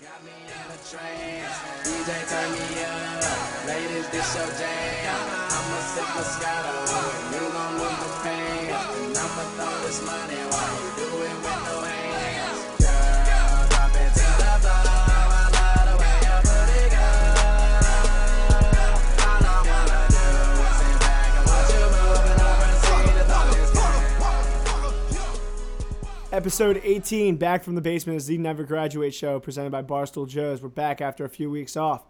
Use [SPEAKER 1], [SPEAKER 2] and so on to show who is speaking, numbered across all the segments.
[SPEAKER 1] Got me in a trance. DJ turn me up. Ladies, this your jam. I'ma sip Moscato. You gon' lose the pain. And I'ma throw this money while you do it with no hands. Girl, drop it to the floor. I love the way your booty go. All I wanna do is sit back and watch you move, and I proceed to throw this
[SPEAKER 2] Episode 18, Back from the Basement, is the Never Graduate Show presented by Barstool Joes. We're back after a few weeks off.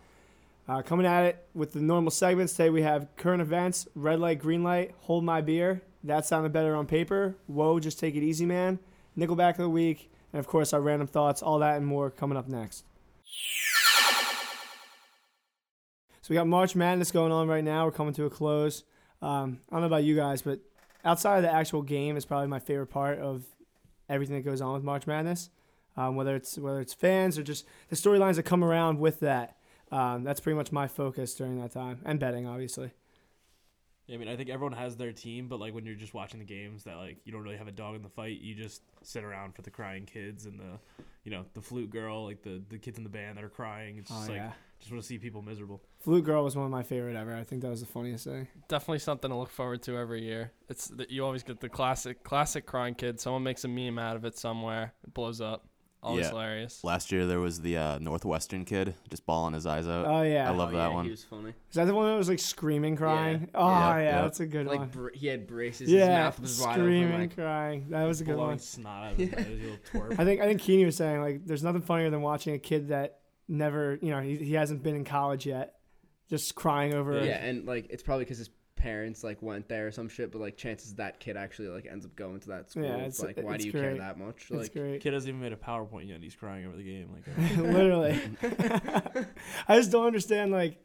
[SPEAKER 2] Uh, coming at it with the normal segments, today we have current events, red light, green light, hold my beer. That sounded better on paper. Whoa, just take it easy, man. Nickelback of the week, and of course, our random thoughts, all that and more coming up next. So we got March Madness going on right now. We're coming to a close. Um, I don't know about you guys, but outside of the actual game is probably my favorite part of everything that goes on with March Madness, um, whether it's whether it's fans or just the storylines that come around with that. Um, that's pretty much my focus during that time, and betting, obviously.
[SPEAKER 3] Yeah, I mean, I think everyone has their team, but like when you're just watching the games, that like you don't really have a dog in the fight. You just sit around for the crying kids and the, you know, the flute girl, like the the kids in the band that are crying. It's
[SPEAKER 2] Oh,
[SPEAKER 3] just like
[SPEAKER 2] yeah.
[SPEAKER 3] just want to see people miserable.
[SPEAKER 2] Flute Girl was one of my favorite ever. I think that was the funniest thing.
[SPEAKER 4] definitely something to look forward to every year. It's that you always get the classic classic crying kid. Someone makes a meme out of it somewhere. It blows up. Always
[SPEAKER 5] Yeah.
[SPEAKER 4] hilarious.
[SPEAKER 5] Last year there was the uh, Northwestern kid just bawling his eyes out.
[SPEAKER 2] Oh yeah,
[SPEAKER 5] I love
[SPEAKER 6] Oh,
[SPEAKER 5] that
[SPEAKER 6] yeah,
[SPEAKER 5] one.
[SPEAKER 6] He was funny.
[SPEAKER 2] is that the one that was like screaming, crying? Oh yeah,
[SPEAKER 5] Yeah, yeah.
[SPEAKER 2] that's a good one.
[SPEAKER 6] Like br- he had braces. His
[SPEAKER 2] yeah,
[SPEAKER 6] mouth was wide
[SPEAKER 2] screaming,
[SPEAKER 6] open. Like,
[SPEAKER 2] crying. That was a good
[SPEAKER 3] Blowing
[SPEAKER 2] one.
[SPEAKER 3] snot out of his nose, you little twerp.
[SPEAKER 2] I think I think Keeney was saying like, there's nothing funnier than watching a kid that never, you know, he, he hasn't been in college yet, just crying over.
[SPEAKER 6] yeah, and like it's probably because his parents like went there or some shit. But like chances that kid actually like ends up going to that school.
[SPEAKER 2] Yeah,
[SPEAKER 6] it's,
[SPEAKER 2] it's-
[SPEAKER 6] like why
[SPEAKER 2] it's
[SPEAKER 6] do you care
[SPEAKER 2] great.
[SPEAKER 6] that much?
[SPEAKER 2] It's
[SPEAKER 6] Like
[SPEAKER 2] great.
[SPEAKER 3] Kid hasn't even made a PowerPoint yet. and He's crying over the game. Like, uh,
[SPEAKER 2] literally i just don't understand like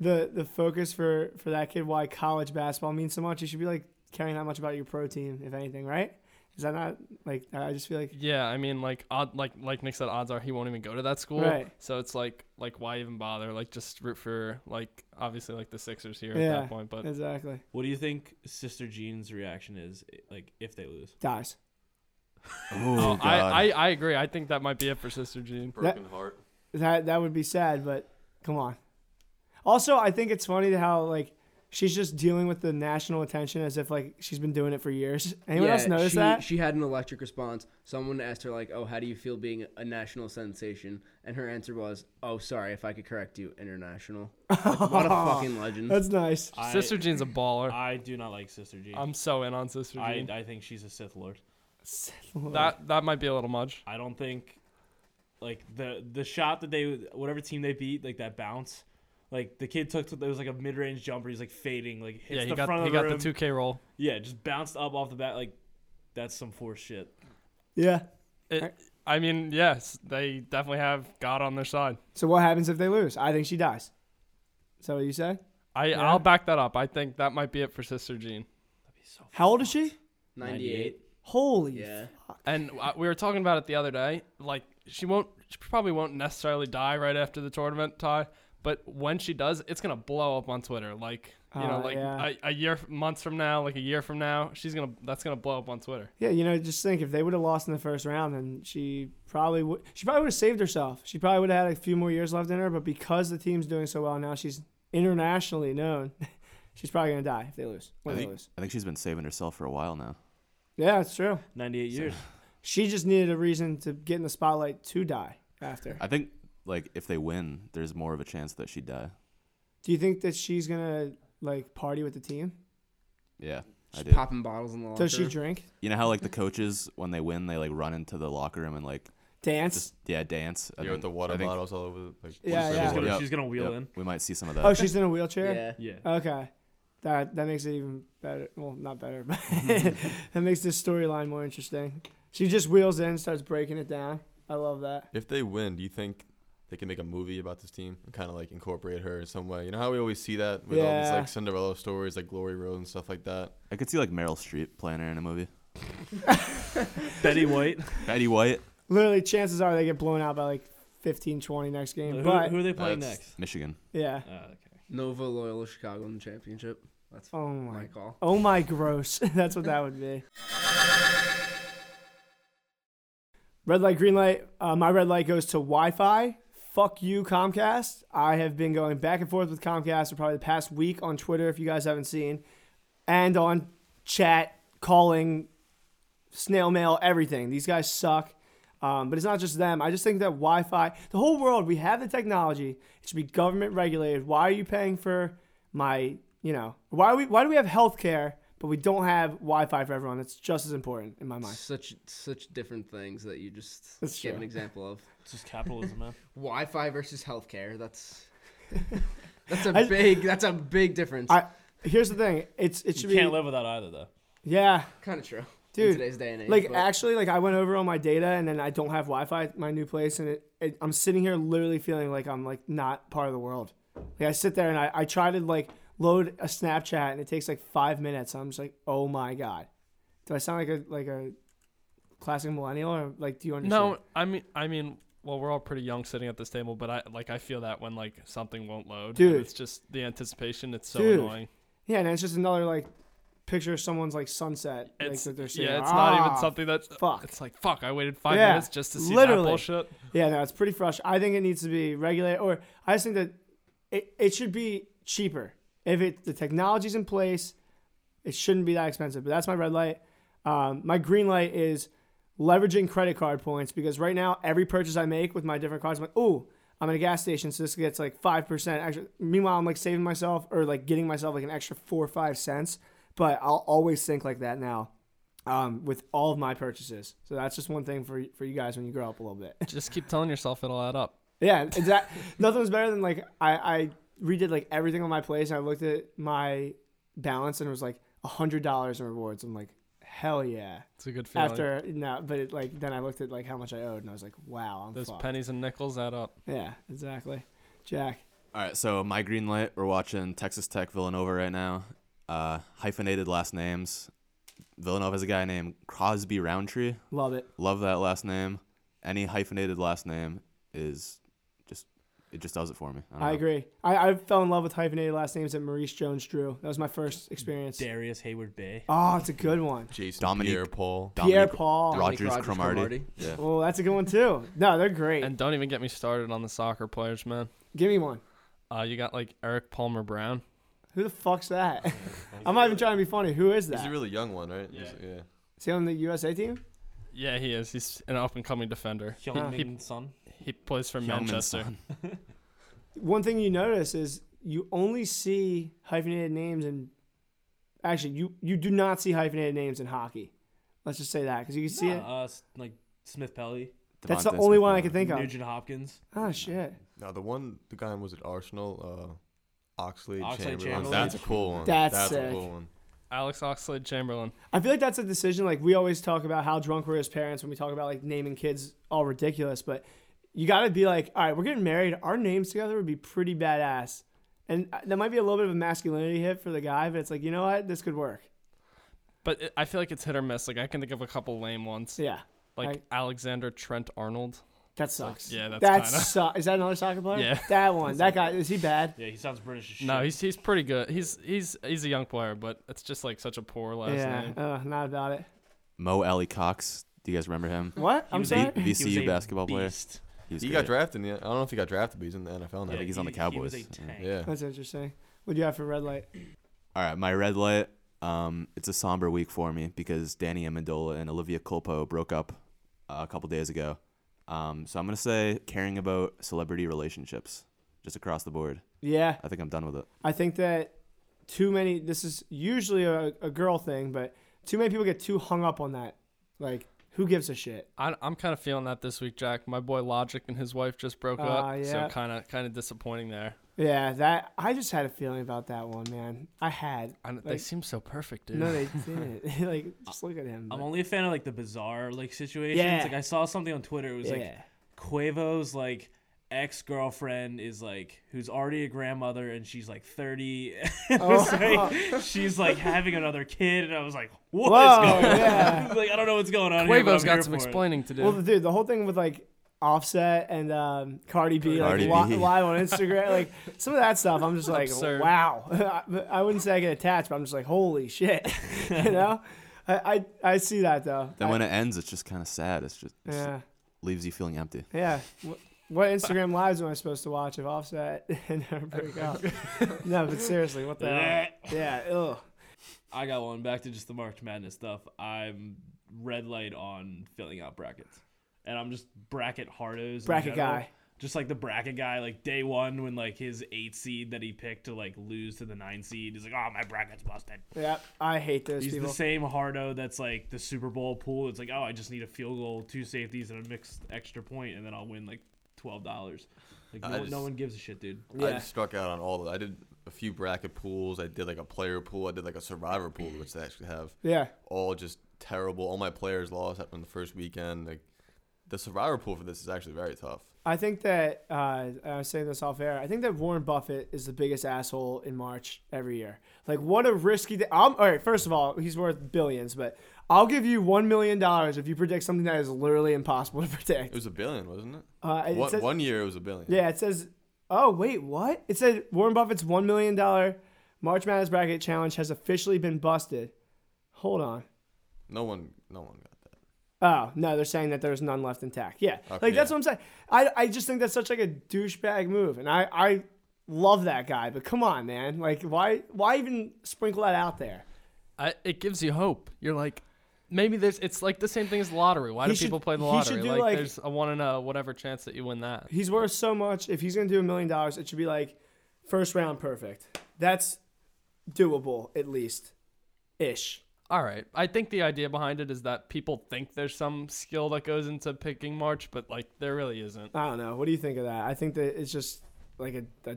[SPEAKER 2] the the focus for for that kid why college basketball means so much you should be like caring that much about your pro team if anything right is that not like i just feel like
[SPEAKER 4] Yeah, I mean, like odd, like like Nick said, odds are he won't even go to that school.
[SPEAKER 2] Right.
[SPEAKER 4] So it's like like why even bother? Like just root for like obviously like the Sixers here at
[SPEAKER 2] Yeah.
[SPEAKER 4] that point. But
[SPEAKER 2] exactly
[SPEAKER 3] what do you think Sister Jean's reaction is like if they lose?
[SPEAKER 2] dies
[SPEAKER 5] Oh, God.
[SPEAKER 4] I, I I agree. I think that might be it for Sister Jean.
[SPEAKER 2] That-
[SPEAKER 7] Broken heart.
[SPEAKER 2] that that would be sad but come on also i think it's funny how like she's just dealing with the national attention as if like she's been doing it for years anyone
[SPEAKER 6] yeah,
[SPEAKER 2] else notice
[SPEAKER 6] she,
[SPEAKER 2] that
[SPEAKER 6] She had an electric response. Someone asked her like, "Oh, how do you feel being a national sensation?" And her answer was, "Oh, sorry if I could correct you, international." Like, what a fucking legend.
[SPEAKER 2] that's nice
[SPEAKER 3] I,
[SPEAKER 4] Sister Jean's a baller. I,
[SPEAKER 3] I do not like Sister Jean.
[SPEAKER 4] am so in on Sister
[SPEAKER 3] I
[SPEAKER 4] Jean.
[SPEAKER 3] I think she's a Sith Lord.
[SPEAKER 4] that that might be a little much.
[SPEAKER 3] I don't think like the the shot that they whatever team they beat like that bounce. Like the kid took, there was like a mid-range jumper. He's like fading, like hits
[SPEAKER 4] yeah, he
[SPEAKER 3] the
[SPEAKER 4] got
[SPEAKER 3] front
[SPEAKER 4] he
[SPEAKER 3] of the
[SPEAKER 4] got
[SPEAKER 3] room.
[SPEAKER 4] the 2K roll.
[SPEAKER 3] Yeah, just bounced up off the bat. Like, that's some force shit.
[SPEAKER 2] yeah
[SPEAKER 4] It, I mean, yes, they definitely have God on their side.
[SPEAKER 2] so what happens if they lose i think she dies is that what you say
[SPEAKER 4] I I'll back that up. I think that might be it for Sister Jean.
[SPEAKER 2] how old is she
[SPEAKER 6] Ninety-eight.
[SPEAKER 2] Holy
[SPEAKER 6] Yeah.
[SPEAKER 4] And uh, we were talking about it the other day. Like she won't, she probably won't necessarily die right after the tournament tie. But when she does, it's gonna blow up on Twitter. Like you know,
[SPEAKER 2] Oh,
[SPEAKER 4] like
[SPEAKER 2] yeah.
[SPEAKER 4] a, a year, months from now, like a year from now, she's gonna. That's gonna blow up on Twitter.
[SPEAKER 2] Yeah, you know, just think if they would have lost in the first round, then she probably would. She probably would have saved herself. She probably would have had a few more years left in her. But because the team's doing so well now, she's internationally known. she's probably gonna die if they lose.
[SPEAKER 5] I
[SPEAKER 2] When they
[SPEAKER 5] think,
[SPEAKER 2] lose.
[SPEAKER 5] I think she's been saving herself for a while now.
[SPEAKER 2] Yeah, it's true.
[SPEAKER 3] 98 years.
[SPEAKER 2] She just needed a reason to get in the spotlight to die after.
[SPEAKER 5] I think like if they win, there's more of a chance that she'd die.
[SPEAKER 2] Do you think that she's gonna like party with the team?
[SPEAKER 5] Yeah, I
[SPEAKER 6] Just
[SPEAKER 5] do.
[SPEAKER 6] popping bottles in the locker.
[SPEAKER 2] Does she drink?
[SPEAKER 5] You know how like the coaches when they win, they like run into the locker room and like
[SPEAKER 2] Dance?
[SPEAKER 5] just yeah dance. I
[SPEAKER 7] You're
[SPEAKER 5] think-
[SPEAKER 7] with the water
[SPEAKER 5] I think-
[SPEAKER 7] bottles all over the like,
[SPEAKER 2] Yeah, yeah.
[SPEAKER 3] She's gonna,
[SPEAKER 5] Yep,
[SPEAKER 3] she's gonna wheel
[SPEAKER 5] yep.
[SPEAKER 3] in.
[SPEAKER 5] We might see some of that.
[SPEAKER 2] oh, she's in a wheelchair.
[SPEAKER 6] Yeah.
[SPEAKER 3] Yeah.
[SPEAKER 2] Okay. That that makes it even better. Well, not better, but that makes this storyline more interesting. She just wheels in, starts breaking it down. I love that.
[SPEAKER 7] If they win, do you think they can make a movie about this team and kind of like incorporate her in some way? You know how we always see that with all these
[SPEAKER 2] Yeah.
[SPEAKER 7] like Cinderella stories, like Glory Road and stuff like that.
[SPEAKER 5] I could see like Meryl Streep playing her in a movie.
[SPEAKER 3] Betty White.
[SPEAKER 5] Betty White,
[SPEAKER 2] Literally, chances are they get blown out by like 15, 20 next game.
[SPEAKER 3] who,
[SPEAKER 2] but
[SPEAKER 3] who are they playing
[SPEAKER 7] That's-
[SPEAKER 5] Michigan.
[SPEAKER 2] they- yeah.
[SPEAKER 3] next? Uh, okay.
[SPEAKER 6] Nova Loyola Chicago in the championship. That's
[SPEAKER 2] Oh my.
[SPEAKER 6] my call.
[SPEAKER 2] Oh my, gross. That's what that would be. Red light, green light. Uh, my red light goes to Wi-Fi, fuck you, Comcast. I have been going back and forth with Comcast for probably the past week on Twitter, if you guys haven't seen, and on chat, calling, snail mail, everything. These guys suck. Um, but it's not just them. I just think that Wi Fi, the whole world, we have the technology. It should be government regulated. Why are you paying for my, you know, why, are we, why do we have health care, but we don't have Wi Fi for everyone? It's just as important in my mind.
[SPEAKER 6] Such such different things that you just
[SPEAKER 2] That's
[SPEAKER 6] gave an
[SPEAKER 2] true.
[SPEAKER 6] example of.
[SPEAKER 3] It's just capitalism, man.
[SPEAKER 6] Wi-Fi versus healthcare. That's that's a
[SPEAKER 2] I-
[SPEAKER 6] big that's a big difference.
[SPEAKER 2] I, here's the thing it's, it
[SPEAKER 3] You
[SPEAKER 2] should
[SPEAKER 3] can't
[SPEAKER 2] be.
[SPEAKER 3] live without either, though.
[SPEAKER 2] yeah.
[SPEAKER 6] kind of true.
[SPEAKER 2] Dude,
[SPEAKER 6] in today's day and age,
[SPEAKER 2] Like
[SPEAKER 6] but
[SPEAKER 2] actually, like I went over all my data, and then I don't have Wi-Fi at my new place, and it, it, I'm sitting here literally feeling like I'm like not part of the world. Like I sit there and I, I try to like load a Snapchat, and it takes like five minutes. I'm just like, oh my god, do I sound like a like a classic millennial, or like do you understand?
[SPEAKER 4] No, I mean, I mean, well, we're all pretty young sitting at this table, but I like I feel that when like something won't load, and
[SPEAKER 2] Dude.
[SPEAKER 4] it's just the anticipation. It's so
[SPEAKER 2] Dude.
[SPEAKER 4] annoying.
[SPEAKER 2] Yeah, and it's just another like picture of someone's like sunset, like
[SPEAKER 4] It's
[SPEAKER 2] that they're seeing.
[SPEAKER 4] yeah, it's not even
[SPEAKER 2] Ah,
[SPEAKER 4] something that's
[SPEAKER 2] fuck.
[SPEAKER 4] It's like fuck. I waited five
[SPEAKER 2] Yeah,
[SPEAKER 4] minutes just to see
[SPEAKER 2] literally.
[SPEAKER 4] that bullshit.
[SPEAKER 2] Yeah, no, it's pretty fresh. I think it needs to be regulated, or I just think that it, it should be cheaper. If it the technology's in place, it shouldn't be that expensive. But that's my red light. Um, my green light is leveraging credit card points because right now every purchase I make with my different cards, I'm like, oh, I'm at a gas station, so this gets like five percent extra. Meanwhile, I'm like saving myself or like getting myself like an extra four or five cents. But I'll always think like that now. Um, with all of my purchases, so that's just one thing for for you guys when you grow up a little bit.
[SPEAKER 4] Just keep telling yourself it'll add up.
[SPEAKER 2] Yeah, exactly. Nothing's better than like I, I redid like everything on my place. And I looked at my balance and it was like a hundred dollars in rewards. I'm like, hell yeah.
[SPEAKER 4] It's a good feeling.
[SPEAKER 2] After no, but it, like then I looked at like how much I owed and I was like, wow, I'm
[SPEAKER 4] those
[SPEAKER 2] fucked.
[SPEAKER 4] pennies and nickels add up.
[SPEAKER 2] yeah, exactly. Jack,
[SPEAKER 5] All right, so my green light. We're watching Texas Tech Villanova right now. Uh, hyphenated last names. Villanova has a guy named Crosby Roundtree.
[SPEAKER 2] love it.
[SPEAKER 5] Love that last name. Any hyphenated last name is just it just does it for me. don't
[SPEAKER 2] I
[SPEAKER 5] know.
[SPEAKER 2] agree. I, I fell in love with hyphenated last names at Maurice Jones Drew. That was my first experience.
[SPEAKER 3] Darius Hayward Bay.
[SPEAKER 2] Oh, it's a good one.
[SPEAKER 7] Jason
[SPEAKER 5] Dominique-
[SPEAKER 7] Pierre Paul.
[SPEAKER 5] Dominic
[SPEAKER 2] Pierre Paul.
[SPEAKER 6] Dominic
[SPEAKER 5] Rogers,
[SPEAKER 6] Rogers
[SPEAKER 5] Cromartie.
[SPEAKER 6] Cromartie.
[SPEAKER 5] Yeah.
[SPEAKER 2] Oh, that's a good one too. No, they're great.
[SPEAKER 4] And don't even get me started on the soccer players, man.
[SPEAKER 2] Give me one.
[SPEAKER 4] Uh, you got like Eric Palmer Brown.
[SPEAKER 2] Who the fuck's that? I'm not even trying to be funny. Who is that?
[SPEAKER 7] He's a really young one, right? He's-
[SPEAKER 4] Yeah.
[SPEAKER 7] yeah.
[SPEAKER 2] Is he on the USA team?
[SPEAKER 4] Yeah, he is. He's an up and coming defender. He,
[SPEAKER 3] Young
[SPEAKER 4] he,
[SPEAKER 3] Min Son.
[SPEAKER 4] he plays for
[SPEAKER 5] Youngman's
[SPEAKER 4] Manchester.
[SPEAKER 5] son.
[SPEAKER 2] One thing you notice is you only see hyphenated names in. Actually, you you do not see hyphenated names in hockey. Let's just say that because you can see
[SPEAKER 3] Nah,
[SPEAKER 2] it.
[SPEAKER 3] Uh, s- like Smith Pelly,
[SPEAKER 2] That's the
[SPEAKER 5] Devontae
[SPEAKER 2] only
[SPEAKER 5] Smith
[SPEAKER 2] one I
[SPEAKER 5] Jr.
[SPEAKER 2] can think of.
[SPEAKER 3] Nugent Hopkins.
[SPEAKER 2] Oh shit,
[SPEAKER 7] No, the one the guy was at Arsenal, uh, Oxley
[SPEAKER 3] Oxlade-Chamberlain.
[SPEAKER 7] Chamberlain. That's a cool one.
[SPEAKER 2] That's
[SPEAKER 7] a
[SPEAKER 2] sick.
[SPEAKER 7] cool one.
[SPEAKER 4] Alex Oxlade Chamberlain.
[SPEAKER 2] I feel like that's a decision. Like we always talk about how drunk were his parents when we talk about like naming kids all ridiculous, but you got to be like, all right, we're getting married. Our names together would be pretty badass, and uh, that might be a little bit of a masculinity hit for the guy, but it's like you know what, this could work.
[SPEAKER 4] But it, I feel like it's hit or miss. Like I can think of a couple lame ones,
[SPEAKER 2] So, yeah,
[SPEAKER 4] like Alexander Trent Arnold.
[SPEAKER 2] that sucks.
[SPEAKER 4] Yeah, that's
[SPEAKER 2] That's
[SPEAKER 4] kinda-
[SPEAKER 2] su- is that another soccer player?
[SPEAKER 4] Yeah.
[SPEAKER 2] that one. That guy is he bad?
[SPEAKER 3] Yeah, he sounds British as shit.
[SPEAKER 4] No, he's he's pretty good. He's he's he's a young player, but it's just like such a poor last
[SPEAKER 2] Yeah,
[SPEAKER 4] name.
[SPEAKER 2] uh, not about it.
[SPEAKER 5] Mo Ellie Cox. Do you guys remember him?
[SPEAKER 2] What? I'm
[SPEAKER 3] was
[SPEAKER 2] sorry.
[SPEAKER 5] V-
[SPEAKER 3] He was
[SPEAKER 5] VCU
[SPEAKER 3] a
[SPEAKER 5] basketball player.
[SPEAKER 3] beast.
[SPEAKER 5] was
[SPEAKER 7] He got
[SPEAKER 5] great.
[SPEAKER 7] drafted. In the, I don't know if he got drafted, but he's in the NFL now.
[SPEAKER 5] think Yeah. he's on the
[SPEAKER 3] he- he was a
[SPEAKER 5] Cowboys.
[SPEAKER 3] tank.
[SPEAKER 7] Yeah.
[SPEAKER 2] That's interesting. What do you have for red light?
[SPEAKER 5] All right, my red light. Um, it's a somber week for me because Danny Amendola and Olivia Culpo broke up uh, a couple days ago. Um, so I'm gonna say caring about celebrity relationships just across the board.
[SPEAKER 2] Yeah,
[SPEAKER 5] I think I'm done with it.
[SPEAKER 2] I think that too many. This is usually a, a girl thing, but too many people get too hung up on that. Like, who gives a shit?
[SPEAKER 4] I, I'm kind of feeling that this week, Jack. My boy Logic and his wife just broke up,
[SPEAKER 2] Ah, yeah.
[SPEAKER 4] so kind of kind of disappointing there.
[SPEAKER 2] Yeah, that I just had a feeling about that one, man. I had.
[SPEAKER 4] I, don't- they
[SPEAKER 2] Like-
[SPEAKER 4] seem so perfect, dude.
[SPEAKER 2] No, they didn't. like, just look at him.
[SPEAKER 3] I'm
[SPEAKER 2] but-
[SPEAKER 3] only a fan of like the bizarre like situations.
[SPEAKER 2] Yeah.
[SPEAKER 3] Like I saw something on Twitter. It was like
[SPEAKER 2] Yeah.
[SPEAKER 3] Quavo's like ex girlfriend is like who's already a grandmother and she's like 30. It was, like, she's like having another kid, and I was like, what is
[SPEAKER 2] Whoa,
[SPEAKER 3] going on?
[SPEAKER 2] yeah.
[SPEAKER 3] like I don't know what's going on. here, but
[SPEAKER 4] Quavo's
[SPEAKER 3] I'm
[SPEAKER 4] got
[SPEAKER 3] here
[SPEAKER 4] some
[SPEAKER 3] for it.
[SPEAKER 4] explaining to do.
[SPEAKER 2] Well, dude, the whole thing with like Offset and um, Cardi B, like
[SPEAKER 5] Cardi
[SPEAKER 2] li-
[SPEAKER 5] B.
[SPEAKER 2] live on Instagram, like some of that stuff, I'm just like,
[SPEAKER 4] Absurd.
[SPEAKER 2] wow. I, I wouldn't say I get attached, but I'm just like, holy shit, you know. I, I, I see that though.
[SPEAKER 5] Then when it ends, it's just kind of sad. It's just it's-
[SPEAKER 2] yeah,
[SPEAKER 5] leaves you feeling empty.
[SPEAKER 2] yeah. Wh- What Instagram lives am I supposed to watch if Offset and her break up? no, but seriously, what the hell? Yeah, ugh.
[SPEAKER 3] I got one back to just the March Madness stuff. I'm red light on filling out brackets, and I'm just bracket hardos. in
[SPEAKER 2] Bracket
[SPEAKER 3] general.
[SPEAKER 2] guy.
[SPEAKER 3] just like the bracket guy, like day one when like his eight seed that he picked to like lose to the nine seed, he's like, oh my bracket's busted.
[SPEAKER 2] Yeah, I hate those
[SPEAKER 3] He's
[SPEAKER 2] people.
[SPEAKER 3] the same hardo that's like the Super Bowl pool. It's like, oh, I just need a field goal, two safeties, and a mixed extra point, and then I'll win like twelve dollars. Like
[SPEAKER 7] I
[SPEAKER 3] no,
[SPEAKER 7] just-
[SPEAKER 3] no one gives a shit, dude.
[SPEAKER 7] I
[SPEAKER 2] Yeah.
[SPEAKER 7] just struck out on all. Of, I did a few bracket pools. I did like a player pool. I did like a survivor pool, which they actually have.
[SPEAKER 2] Yeah,
[SPEAKER 7] All just terrible. All my players lost on the first weekend. Like the survivor pool for this is actually very tough.
[SPEAKER 2] I think that uh, I was saying this off air. I think that Warren Buffett is the biggest asshole in March every year. Like, what a risky. Di- I'm, all right, first of all, he's worth billions, but I'll give you one million dollars if you predict something that is literally impossible to
[SPEAKER 7] It
[SPEAKER 2] predict.
[SPEAKER 7] was a billion, wasn't it?
[SPEAKER 2] Uh, it
[SPEAKER 7] one,
[SPEAKER 2] says-
[SPEAKER 7] one year it was a billion.
[SPEAKER 2] Yeah, it says. Oh wait, what? It said Warren Buffett's one million dollar March Madness bracket challenge has officially been busted. Hold on.
[SPEAKER 7] No one, no one got that.
[SPEAKER 2] Oh no, they're saying that there's none left intact. Yeah, like that's
[SPEAKER 7] yeah.
[SPEAKER 2] what I'm saying. I, I just think that's such like a douchebag move, and I I love that guy, but come on, man, like why why even sprinkle that out there?
[SPEAKER 4] I, it gives you hope. You're like, maybe there's. It's like the same thing as lottery. Why
[SPEAKER 2] He
[SPEAKER 4] do people
[SPEAKER 2] should-
[SPEAKER 4] play the
[SPEAKER 2] he should
[SPEAKER 4] lottery?
[SPEAKER 2] do,
[SPEAKER 4] Like,
[SPEAKER 2] like-
[SPEAKER 4] there's a one in a whatever chance that you win that.
[SPEAKER 2] He's worth so much. If he's gonna do a million dollars, it should be like first round perfect. That's doable at least, ish.
[SPEAKER 4] All right. I think the idea behind it is that people think there's some skill that goes into picking March, but like there really isn't.
[SPEAKER 2] I don't know. What do you think of that? I think that it's just like a, a